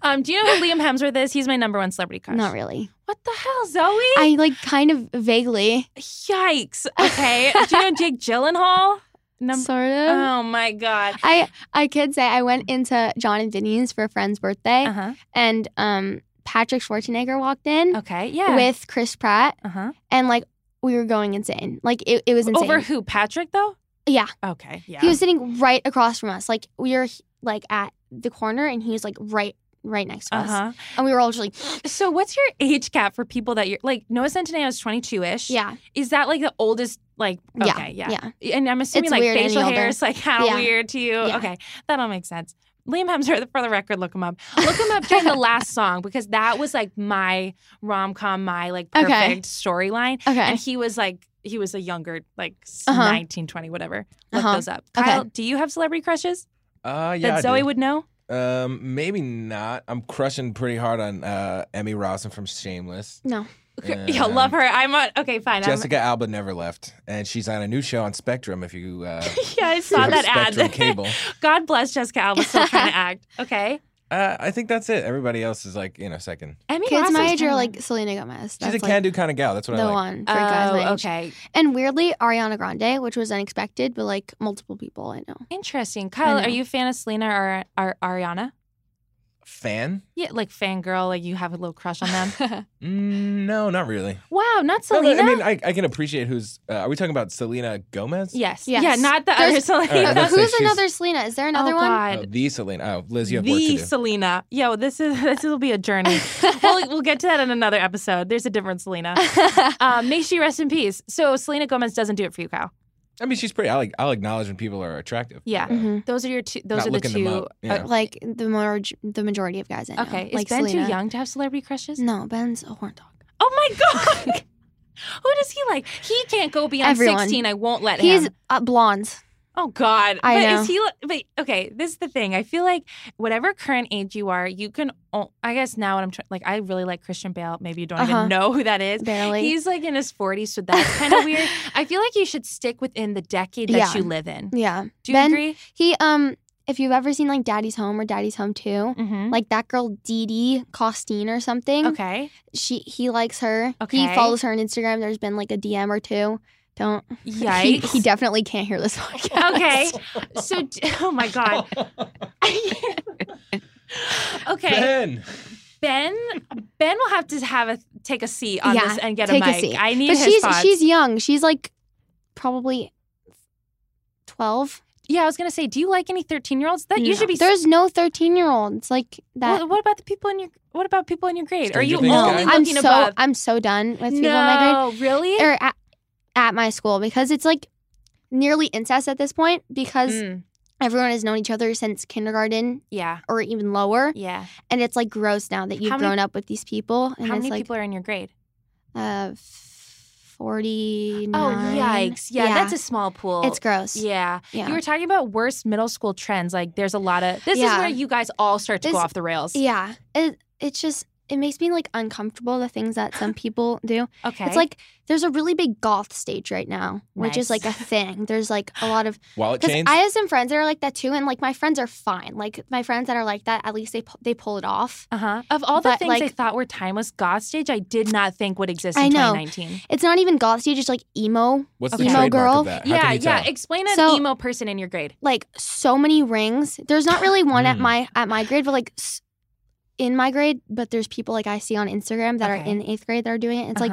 Speaker 1: Um, do you know who Liam Hemsworth is? He's my number one celebrity crush.
Speaker 2: Not really.
Speaker 1: What the hell, Zoe?
Speaker 2: I like kind of vaguely,
Speaker 1: Yikes. Okay. Do you know Jake Gyllenhaal? Number.
Speaker 2: sort of.
Speaker 1: Oh my god.
Speaker 2: I I could say I went into John and Vinny's for a friend's birthday,
Speaker 1: Uh huh.
Speaker 2: and um Patrick Schwarzenegger walked in
Speaker 1: Okay. Oh, Yeah.
Speaker 2: with Chris Pratt,
Speaker 1: uh huh.
Speaker 2: and like we were going insane. Like it, it was insane.
Speaker 1: Over who? Patrick though.
Speaker 2: yeah,
Speaker 1: Okay. Yeah.
Speaker 2: he was sitting right across from us. Like we were like at the corner, and he was like right right next to
Speaker 1: uh
Speaker 2: us,
Speaker 1: huh.
Speaker 2: and we were all just like,
Speaker 1: So, what's your age cap for people that you're like? Noah Centineo is 22 ish.
Speaker 2: yeah,
Speaker 1: Is that like the oldest? Like,
Speaker 2: Yeah,
Speaker 1: okay, yeah.
Speaker 2: yeah.
Speaker 1: And I'm assuming
Speaker 2: It's
Speaker 1: like
Speaker 2: weird any
Speaker 1: facial hair
Speaker 2: older.
Speaker 1: is like kind of
Speaker 2: Yeah.
Speaker 1: weird to you.
Speaker 2: Yeah.
Speaker 1: Okay, that all makes sense. Liam Hemsworth, *laughs* for the record, look
Speaker 2: *laughs*
Speaker 1: him up. Look him up during the last song because that was like my rom com, my like
Speaker 2: Okay.
Speaker 1: perfect storyline.
Speaker 2: okay.
Speaker 1: And he was like, he was a younger, like s-
Speaker 2: Uh-huh.
Speaker 1: nineteen, twenty, whatever. Look
Speaker 2: Uh-huh.
Speaker 1: those up.
Speaker 2: Okay.
Speaker 1: Kyle, do you have celebrity crushes
Speaker 3: Uh,
Speaker 1: that
Speaker 3: yeah, I
Speaker 1: Zoe
Speaker 3: do.
Speaker 1: would know?
Speaker 3: Um, maybe not. I'm crushing pretty hard on uh, Emmy Rossum from Shameless.
Speaker 1: *laughs*
Speaker 2: No.
Speaker 1: Yeah,
Speaker 3: Yeah,
Speaker 1: love her. I'm on. Okay, fine.
Speaker 3: Jessica Alba never left, and she's on a new show on Spectrum. If
Speaker 1: *laughs*
Speaker 3: you uh,
Speaker 1: I'm, *laughs* yeah, I saw
Speaker 3: have
Speaker 1: that *laughs*
Speaker 3: Spectrum
Speaker 1: ad.
Speaker 3: cable.
Speaker 1: God bless Jessica Alba still
Speaker 2: *laughs*
Speaker 1: trying to act. Okay.
Speaker 3: Uh, I think that's it. Everybody else is like in a second.
Speaker 1: Emmy
Speaker 2: Kids
Speaker 1: Rossum's
Speaker 2: my age are
Speaker 1: kinda-
Speaker 2: like Selena Gomez.
Speaker 3: She's
Speaker 2: That's
Speaker 3: a
Speaker 2: like
Speaker 3: can-do kind of gal. That's
Speaker 2: the
Speaker 3: what I like.
Speaker 2: one for guys my
Speaker 1: Oh,
Speaker 2: age.
Speaker 1: okay.
Speaker 2: And weirdly, Ariana Grande, which was unexpected, but like multiple people I know.
Speaker 1: Interesting. Kyle,
Speaker 2: know.
Speaker 1: are you a fan of Selena or, or Ariana? uh,
Speaker 3: Fan?
Speaker 1: Yeah, like fangirl, like you have a little crush on
Speaker 2: *laughs*
Speaker 1: them.
Speaker 3: Mm, no, not really.
Speaker 1: wow, not
Speaker 3: No,
Speaker 1: Selena?
Speaker 3: but I mean, I, I can appreciate who's. Uh, are we talking about Selena Gomez?
Speaker 1: yes.
Speaker 2: Yes.
Speaker 1: Yeah, not the
Speaker 2: *laughs* There's-
Speaker 1: other *laughs*
Speaker 3: All right,
Speaker 1: Selena.
Speaker 3: let's say
Speaker 2: Who's
Speaker 3: she's-
Speaker 2: another Selena? Is there another
Speaker 1: oh,
Speaker 2: one?
Speaker 3: Oh,
Speaker 1: God.
Speaker 3: the Selena. Oh, Liz, you have work to
Speaker 1: the
Speaker 3: do.
Speaker 1: Selena. Yo, this is *laughs* this will be a journey. *laughs* we'll, we'll get to that in another episode. There's a different *laughs* Selena.
Speaker 2: Mm-hmm.
Speaker 1: Um, may she rest in peace. So Selena Gomez doesn't do it for you, Kyle.
Speaker 3: I mean, she's pretty. I like. I'll acknowledge when people are attractive.
Speaker 1: Yeah. *laughs*
Speaker 3: Uh,
Speaker 2: Mhm.
Speaker 1: Those are your two. Those
Speaker 3: Not
Speaker 1: are the
Speaker 3: looking them
Speaker 1: two. uh,
Speaker 3: up, you know.
Speaker 2: Like the more, the majority of guys I know.
Speaker 1: Okay, is
Speaker 2: like
Speaker 1: Ben
Speaker 2: Selena.
Speaker 1: too young to have celebrity crushes?
Speaker 2: No, Ben's a horn dog.
Speaker 1: *laughs* Oh my god. *laughs* Who does he like? He can't go beyond
Speaker 2: Everyone.
Speaker 1: 16. I won't let him.
Speaker 2: He's uh, blonde.
Speaker 1: Oh God!
Speaker 2: I
Speaker 1: but
Speaker 2: know.
Speaker 1: Is he? li- But okay, this is the thing. I feel like whatever current age you are, you can. o- I guess now what I'm trying, like, I really like Christian Bale. Maybe you don't
Speaker 2: Uh-huh.
Speaker 1: even know who that is.
Speaker 2: Barely.
Speaker 1: He's like in his 40s, so that's kind
Speaker 2: *laughs*
Speaker 1: of weird. I feel like you should stick within the decade that
Speaker 2: Yeah.
Speaker 1: you live in.
Speaker 2: yeah.
Speaker 1: Do you
Speaker 2: Ben-
Speaker 1: agree?
Speaker 2: He um, if you've ever seen like Daddy's Home or Daddy's Home 2
Speaker 1: Mm-hmm.
Speaker 2: like that girl Dee Dee Costine or something.
Speaker 1: Okay.
Speaker 2: She he likes her.
Speaker 1: Okay.
Speaker 2: He follows her on Instagram. There's been like a DM or two. Don't. *laughs* He,
Speaker 1: Yikes.
Speaker 2: he *laughs* definitely can't hear this podcast. *laughs*
Speaker 1: okay. So, d- *laughs* oh my
Speaker 3: *laughs*
Speaker 1: God. okay,
Speaker 3: Ben.
Speaker 1: Ben. Ben will have to have a take a seat on
Speaker 2: Yeah,
Speaker 1: this and get
Speaker 2: take
Speaker 1: a
Speaker 2: a
Speaker 1: mic.
Speaker 2: seat.
Speaker 1: I need
Speaker 2: But
Speaker 1: his
Speaker 2: she's
Speaker 1: thoughts.
Speaker 2: she's young. She's like probably twelve.
Speaker 1: Yeah, I was gonna say, do you like any thirteen-year-olds? That you
Speaker 2: No.
Speaker 1: should be.
Speaker 2: There's no thirteen year olds like that.
Speaker 1: Well, what about the people in your? What about people in your grade? Are
Speaker 3: Stranger
Speaker 1: you
Speaker 3: Things
Speaker 1: only
Speaker 3: guy?
Speaker 1: looking
Speaker 2: I'm so
Speaker 1: above?
Speaker 2: I'm so done with people in my
Speaker 1: no, really?
Speaker 2: grade or at, at my school because it's like nearly incest at this point because
Speaker 1: Mm,
Speaker 2: everyone has known each other since kindergarten
Speaker 1: yeah,
Speaker 2: or even lower,
Speaker 1: yeah.
Speaker 2: and it's like gross now that you've
Speaker 1: How many-
Speaker 2: grown up with these people. And
Speaker 1: How
Speaker 2: it's
Speaker 1: many
Speaker 2: like,
Speaker 1: people are in your grade?
Speaker 2: Uh, forty.
Speaker 1: Oh, yikes! Yeah, that's a small pool.
Speaker 2: it's gross.
Speaker 1: Yeah.
Speaker 2: yeah.
Speaker 1: you were talking about worst middle school trends. Like, there's a lot of this is
Speaker 2: Yeah.
Speaker 1: where you guys all start to go
Speaker 2: This-
Speaker 1: off the rails.
Speaker 2: yeah. It, it's just it makes me like uncomfortable the things that some people do.
Speaker 1: Okay.
Speaker 2: It's like there's a really big goth stage right now, which is
Speaker 1: Nice.
Speaker 2: like a thing. There's like
Speaker 1: *gasps*
Speaker 2: a lot of
Speaker 3: Wallet
Speaker 2: because
Speaker 3: chains.
Speaker 2: I have some friends that are like that too, and like my friends are fine. Like my friends that are like that, at least they pu- they pull it off.
Speaker 1: Uh huh. Of all the
Speaker 2: But,
Speaker 1: things I
Speaker 2: like-
Speaker 1: thought were timeless, goth stage, I did not think would exist in
Speaker 2: I know.
Speaker 1: 2019.
Speaker 2: It's not even goth stage; it's like emo.
Speaker 3: What's
Speaker 1: Okay.
Speaker 3: the
Speaker 1: Emo
Speaker 3: trademark
Speaker 2: girl.
Speaker 3: of that? How
Speaker 1: Yeah,
Speaker 3: can you
Speaker 1: yeah.
Speaker 3: tell?
Speaker 1: Explain an
Speaker 2: So-
Speaker 1: emo person in your grade. Hmm.
Speaker 2: Like so many rings. There's not really one at
Speaker 3: Mm.
Speaker 2: my at my grade, but like s- in my grade, but there's people like I see on Instagram that
Speaker 1: Okay. Uh-huh.
Speaker 2: are in eighth grade that are doing it. It's like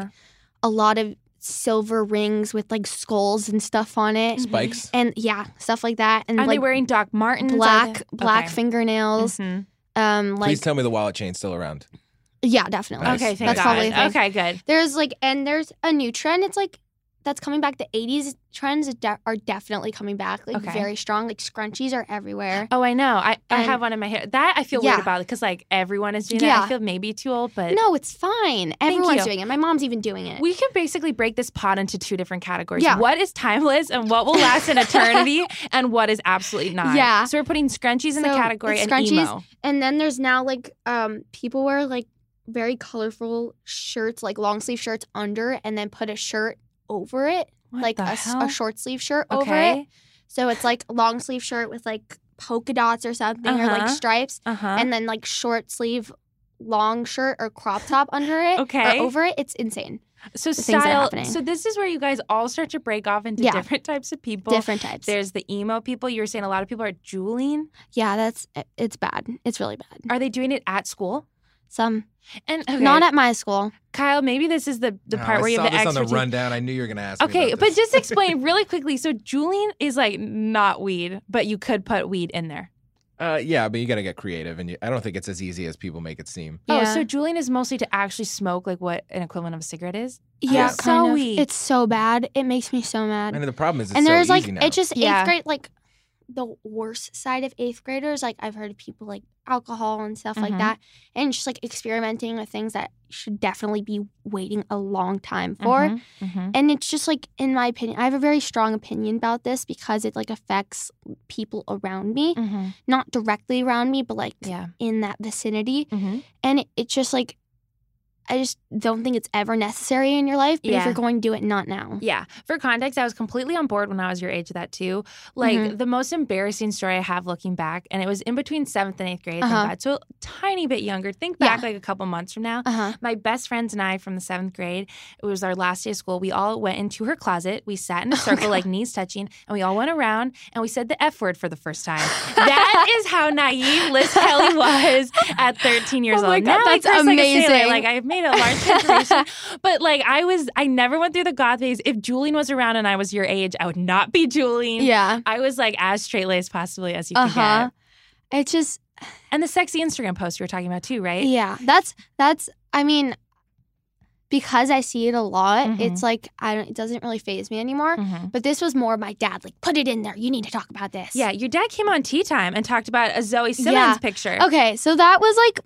Speaker 2: a lot of silver rings with like skulls and stuff on it,
Speaker 1: Mhm.
Speaker 3: Spikes.
Speaker 2: and yeah, stuff like that. And
Speaker 1: Are they
Speaker 2: Mm, like
Speaker 1: wearing Doc Martens? Are
Speaker 2: black
Speaker 1: they-
Speaker 2: black
Speaker 1: Okay.
Speaker 2: fingernails.
Speaker 1: Mhm.
Speaker 2: Um, like
Speaker 3: Please tell me the wallet chain's still around.
Speaker 2: yeah, definitely.
Speaker 3: Nice,
Speaker 1: Okay, thank
Speaker 2: That's probably a
Speaker 1: God.
Speaker 2: thing.
Speaker 1: Okay, good.
Speaker 2: There's like, and there's a new trend. It's like that's coming back. The '80s trends de- are definitely coming back, like
Speaker 1: Okay.
Speaker 2: very strong. Like scrunchies are everywhere.
Speaker 1: Oh, I know. I, I
Speaker 2: And-
Speaker 1: have one in my hair. That I feel weird
Speaker 2: Yeah.
Speaker 1: about because like everyone is doing that. I
Speaker 2: Yeah.
Speaker 1: feel maybe too old, but
Speaker 2: No, it's fine. Everyone's
Speaker 1: you.
Speaker 2: doing it. My mom's even doing it.
Speaker 1: we can basically break this pot into two different categories.
Speaker 2: Yeah.
Speaker 1: What is timeless and what will last
Speaker 2: *laughs*
Speaker 1: an eternity, and what is absolutely not.
Speaker 2: Yeah.
Speaker 1: So we're putting scrunchies in the
Speaker 2: So,
Speaker 1: category and
Speaker 2: scrunchies-
Speaker 1: emo.
Speaker 2: And then there's now like um people wear like very colorful shirts, like long sleeve shirts under, and then put a shirt over it,
Speaker 1: What
Speaker 2: like a,
Speaker 1: the
Speaker 2: s- a
Speaker 1: hell?
Speaker 2: short sleeve shirt over
Speaker 1: Okay.
Speaker 2: it. So it's like long sleeve shirt with like polka dots or something, or
Speaker 1: Uh-huh.
Speaker 2: like stripes,
Speaker 1: Uh huh.
Speaker 2: and then like short sleeve long shirt or crop top under it
Speaker 1: Okay.
Speaker 2: or over it. It's insane.
Speaker 1: So
Speaker 2: things that are
Speaker 1: style.
Speaker 2: happening.
Speaker 1: So this is where you guys all start to break off into
Speaker 2: Yeah.
Speaker 1: different types of people.
Speaker 2: Different types.
Speaker 1: There's the emo people. You were saying a lot of people are juuling.
Speaker 2: yeah, that's it's bad. It's really bad.
Speaker 1: Are they doing it at school?
Speaker 2: Some
Speaker 1: And okay,
Speaker 2: not at my school.
Speaker 1: Kyle. Maybe this is the the
Speaker 3: Oh,
Speaker 1: part
Speaker 3: I
Speaker 1: where you
Speaker 3: saw
Speaker 1: have the
Speaker 3: this on
Speaker 1: expertise.
Speaker 3: the rundown. I knew you were gonna ask. me
Speaker 1: Okay,
Speaker 3: about
Speaker 1: but
Speaker 3: this. *laughs*
Speaker 1: just explain really quickly. So Julian is like not weed, but you could put weed in there.
Speaker 3: Uh, yeah, but you gotta get creative, and you, I don't think it's as easy as people make it seem.
Speaker 1: Oh, so Julian is mostly to actually smoke like what an equivalent of a cigarette is.
Speaker 2: yeah,
Speaker 1: it's
Speaker 2: kind
Speaker 1: so
Speaker 2: of.
Speaker 1: weed.
Speaker 2: It's so bad. It makes me so mad.
Speaker 3: And the problem is, it's
Speaker 2: and
Speaker 3: so
Speaker 2: there's like
Speaker 3: easy now.
Speaker 2: it's just
Speaker 1: Yeah.
Speaker 2: eighth grade like the worst side of eighth graders like i've heard of people like alcohol and stuff
Speaker 1: Mhm.
Speaker 2: like that and just like experimenting with things that should definitely be waiting a long time for
Speaker 1: Mhm, mhm.
Speaker 2: and it's just like in my opinion i have a very strong opinion about this because it like affects people around me
Speaker 1: Mhm.
Speaker 2: not directly around me but like
Speaker 1: Yeah.
Speaker 2: in that vicinity
Speaker 1: Mhm.
Speaker 2: and it, it's just like i just don't think it's ever necessary in your life but
Speaker 1: Yeah.
Speaker 2: if you're going to do it not now
Speaker 1: Yeah. For context, I was completely on board when I was your age with that too. Like
Speaker 2: Mhm.
Speaker 1: the most embarrassing story I have looking back, and it was in between seventh and eighth grade.
Speaker 2: Uh-huh.
Speaker 1: Thank God. So a tiny bit younger. Think
Speaker 2: Yeah.
Speaker 1: back like a couple months from now.
Speaker 2: uh-huh
Speaker 1: *laughs* My best friends and I from the seventh grade, it was our last day of school. We all went into her closet. We sat in a
Speaker 2: *laughs* Oh,
Speaker 1: circle,
Speaker 2: God.
Speaker 1: like knees touching, and we all went around and we said the F word for the first time. that is how naive
Speaker 2: *laughs*
Speaker 1: Liz Kelly was at 13 years
Speaker 2: Oh my
Speaker 1: old.
Speaker 2: God,
Speaker 1: now I
Speaker 2: that's
Speaker 1: curse like a sailor.
Speaker 2: amazing.
Speaker 1: Like, I've made a large
Speaker 2: *laughs*
Speaker 1: transformation. but like I was, I never went through the goth phase. If Julian was around and I was your age, I would not be Julian.
Speaker 2: yeah
Speaker 1: I was like as straight laced possibly as you could
Speaker 2: uh-huh
Speaker 1: get.
Speaker 2: it's just
Speaker 1: And the sexy Instagram post you were talking about too, right?
Speaker 2: Yeah, that's that's. I mean, because I see it a lot,
Speaker 1: Mhm.
Speaker 2: it's like I don't. It doesn't really phase me anymore.
Speaker 1: Mhm.
Speaker 2: But this was more my dad. Like, put it in there. You need to talk about this.
Speaker 1: Yeah, your dad came on Tea Time and talked about a Zoe Simmons
Speaker 2: Yeah. Oh,
Speaker 1: picture.
Speaker 2: Okay, so that was like,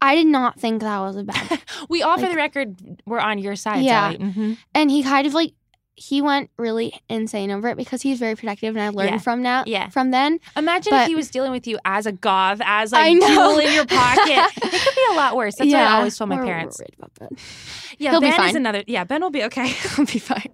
Speaker 2: I did not think that was
Speaker 1: *laughs*
Speaker 2: a bad.
Speaker 1: We all, for
Speaker 2: Like-
Speaker 1: the record, were on your side.
Speaker 2: Yeah.
Speaker 1: Zoe. Mhm.
Speaker 2: and he kind of like he went really insane over it because he's very protective, and I learned
Speaker 1: Yeah.
Speaker 2: from now
Speaker 1: Yeah.
Speaker 2: from then.
Speaker 1: Imagine if
Speaker 2: But-
Speaker 1: he was dealing with you as a goth, as
Speaker 2: I
Speaker 1: like
Speaker 2: know.
Speaker 1: jewel in
Speaker 2: *laughs*
Speaker 1: your pocket. it could be a lot worse. That's what I always told my
Speaker 2: we're
Speaker 1: parents.
Speaker 2: worried about that.
Speaker 1: Yeah,
Speaker 2: He'll be
Speaker 1: Ben is
Speaker 2: fine.
Speaker 1: another. Yeah, Ben will be
Speaker 2: *laughs*
Speaker 1: okay.
Speaker 2: I'll be fine.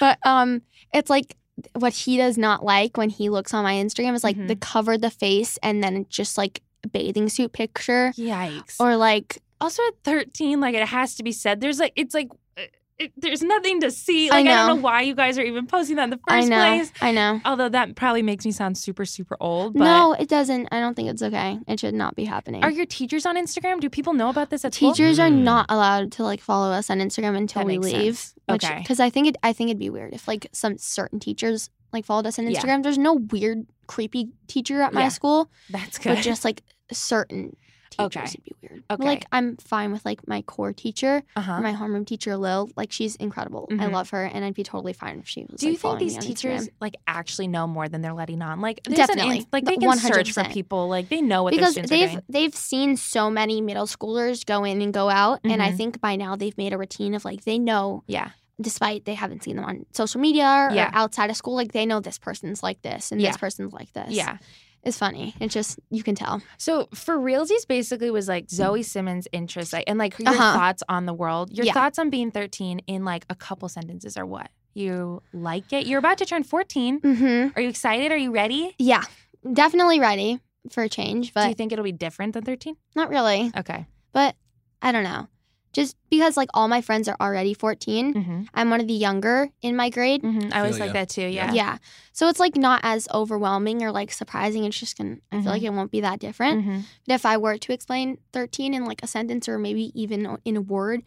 Speaker 2: But um, it's like what he does not like when he looks on my Instagram is like
Speaker 1: Mm-hmm.
Speaker 2: the cover the face and then just like bathing suit picture
Speaker 1: Yikes.
Speaker 2: or like
Speaker 1: also at 13, like it has to be said. There's like it's like uh, it, there's nothing to see.
Speaker 2: I
Speaker 1: Like I, don't
Speaker 2: know.
Speaker 1: know why you guys are even posting that in the
Speaker 2: I
Speaker 1: first
Speaker 2: know
Speaker 1: place.
Speaker 2: I know.
Speaker 1: Although that probably makes me sound super super old. But
Speaker 2: no, it doesn't. I don't think it's okay. It should not be happening.
Speaker 1: Are your teachers on Instagram? Do people know about this at school?
Speaker 2: Teachers are
Speaker 3: Mm.
Speaker 2: not allowed to like follow us on Instagram until
Speaker 1: That
Speaker 2: we
Speaker 1: makes
Speaker 2: leave.
Speaker 1: sense.
Speaker 2: Which,
Speaker 1: Okay.
Speaker 2: Because I think it, I think it'd be weird if like some certain teachers like followed us on
Speaker 1: Yeah.
Speaker 2: Instagram. There's no weird creepy teacher at my
Speaker 1: Yeah.
Speaker 2: school.
Speaker 1: That's good.
Speaker 2: but just like certain teachers
Speaker 1: Okay.
Speaker 2: would be weird.
Speaker 1: Okay.
Speaker 2: Like I'm fine with like my core teacher,
Speaker 1: uh-huh.
Speaker 2: my homeroom teacher Lil. Like she's incredible. I
Speaker 1: Mhm.
Speaker 2: love her, and I'd be totally fine if she was.
Speaker 1: Do you
Speaker 2: like,
Speaker 1: think
Speaker 2: following me
Speaker 1: these
Speaker 2: on
Speaker 1: teachers
Speaker 2: Instagram.
Speaker 1: like actually know more than they're letting on? Like there's an ins-
Speaker 2: Definitely.
Speaker 1: like
Speaker 2: The-
Speaker 1: they can search for
Speaker 2: 100%.
Speaker 1: people. Like they know what
Speaker 2: Because
Speaker 1: their students are
Speaker 2: they've
Speaker 1: doing.
Speaker 2: they've seen so many middle schoolers go in and go out, and I
Speaker 1: Mhm.
Speaker 2: think by now they've made a routine of like they know,
Speaker 1: Yeah,
Speaker 2: despite they haven't seen them on social media or,
Speaker 1: Yeah.
Speaker 2: outside of school, like they know this person's like this and
Speaker 1: Yeah.
Speaker 2: this person's like this.
Speaker 1: yeah.
Speaker 2: it's funny. It's just you can tell.
Speaker 1: So for realsies, basically was like Zoe Simmons' interest, like, and like your
Speaker 2: Uh-huh.
Speaker 1: thoughts on the world. Your
Speaker 2: Yeah.
Speaker 1: thoughts on being thirteen in like a couple sentences are what you like it. You're about to turn fourteen.
Speaker 2: Mm-hmm.
Speaker 1: Are you excited? Are you ready?
Speaker 2: Yeah, definitely ready for a change,
Speaker 1: Do you
Speaker 2: but
Speaker 1: think it'll be different than thirteen?
Speaker 2: not really.
Speaker 1: Okay.
Speaker 2: But I don't know. Just because like all my friends are already 14,
Speaker 1: Mm-hmm.
Speaker 2: I'm one of the younger in my grade.
Speaker 1: I always
Speaker 3: Feel
Speaker 1: like
Speaker 3: ya.
Speaker 1: that too. Yeah.
Speaker 2: Yeah. So it's like not as overwhelming or like surprising. It's just gonna, I
Speaker 1: Mhm.
Speaker 2: feel like it won't be that different.
Speaker 1: Mhm.
Speaker 2: But if I were to explain 13 in like a sentence or maybe even in a word,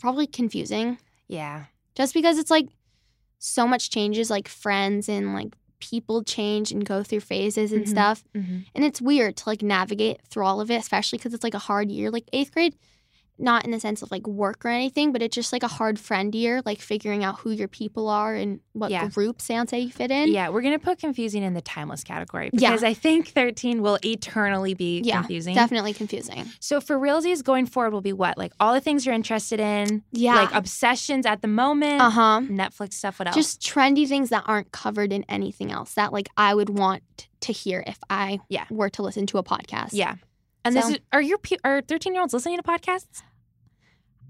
Speaker 2: probably confusing
Speaker 1: Yeah.
Speaker 2: just because it's like so much changes, like friends and like people change and go through phases and
Speaker 1: Mhm.
Speaker 2: stuff.
Speaker 1: Mhm.
Speaker 2: And it's weird to like navigate through all of it, especially because it's like a hard year, like eighth grade, not in the sense of like work or anything, but it's just like a hard friend year, like figuring out who your people are and what
Speaker 1: Yeah.
Speaker 2: group Santa you fit in.
Speaker 1: Yeah, we're gonna put confusing in the timeless category
Speaker 2: Yeah.
Speaker 1: because I think thirteen will eternally be
Speaker 2: Yeah,
Speaker 1: confusing.
Speaker 2: Definitely confusing.
Speaker 1: So for realsies, going forward will be what? Like all the things you're interested in,
Speaker 2: Yeah.
Speaker 1: like obsessions at the moment,
Speaker 2: uh huh.
Speaker 1: Netflix stuff. What else?
Speaker 2: Just trendy things that aren't covered in anything else that like I would want to hear if I
Speaker 1: Yeah.
Speaker 2: were to listen to a podcast.
Speaker 1: yeah. And this
Speaker 2: So-
Speaker 1: is are your pe- are thirteen year olds listening to podcasts?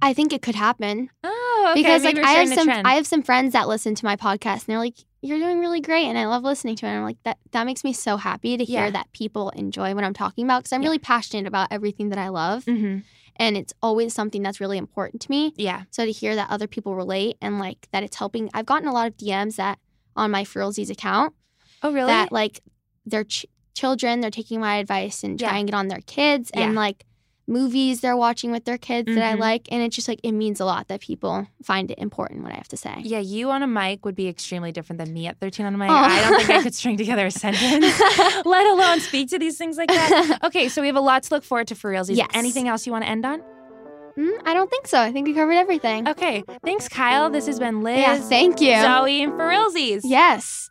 Speaker 2: I think it could happen.
Speaker 1: Oh, okay.
Speaker 2: because
Speaker 1: maybe
Speaker 2: like
Speaker 1: we're
Speaker 2: I have
Speaker 1: starting a
Speaker 2: some
Speaker 1: trend.
Speaker 2: I have some friends that listen to my podcast and they're like you're doing really great and I love listening to it. And I'm like that that makes me so happy to hear
Speaker 1: Yeah.
Speaker 2: that people enjoy what I'm talking about because I'm
Speaker 1: Yeah.
Speaker 2: really passionate about everything that I love
Speaker 1: Mhm.
Speaker 2: and it's always something that's really important to me.
Speaker 1: Yeah.
Speaker 2: So to hear that other people relate and like that it's helping, I've gotten a lot of DMs that on my Frilzies account
Speaker 1: Oh, really?
Speaker 2: that like their ch- children they're taking my advice and
Speaker 1: Yeah.
Speaker 2: trying it on their kids and
Speaker 1: Yeah.
Speaker 2: like movies they're watching with their kids that I
Speaker 1: Mhm.
Speaker 2: like and it's just like it means a lot that people find it important what I have to say.
Speaker 1: yeah, you on a mic would be extremely different than me at 13 on a mic.
Speaker 2: Oh.
Speaker 1: I don't think I *laughs* could string together a *laughs* sentence,
Speaker 2: *laughs*
Speaker 1: let alone speak to these things like that.
Speaker 2: Mm,
Speaker 1: Okay, so we have a lot to look forward to for realsies.
Speaker 2: Yes.
Speaker 1: Anything else you want to end on?
Speaker 2: Mm, I don't think so. I think we covered everything.
Speaker 1: Okay, thanks, Kyle. This has been Liz,
Speaker 2: Yeah, thank you.
Speaker 1: Zoe, and for realsies.
Speaker 2: Yes.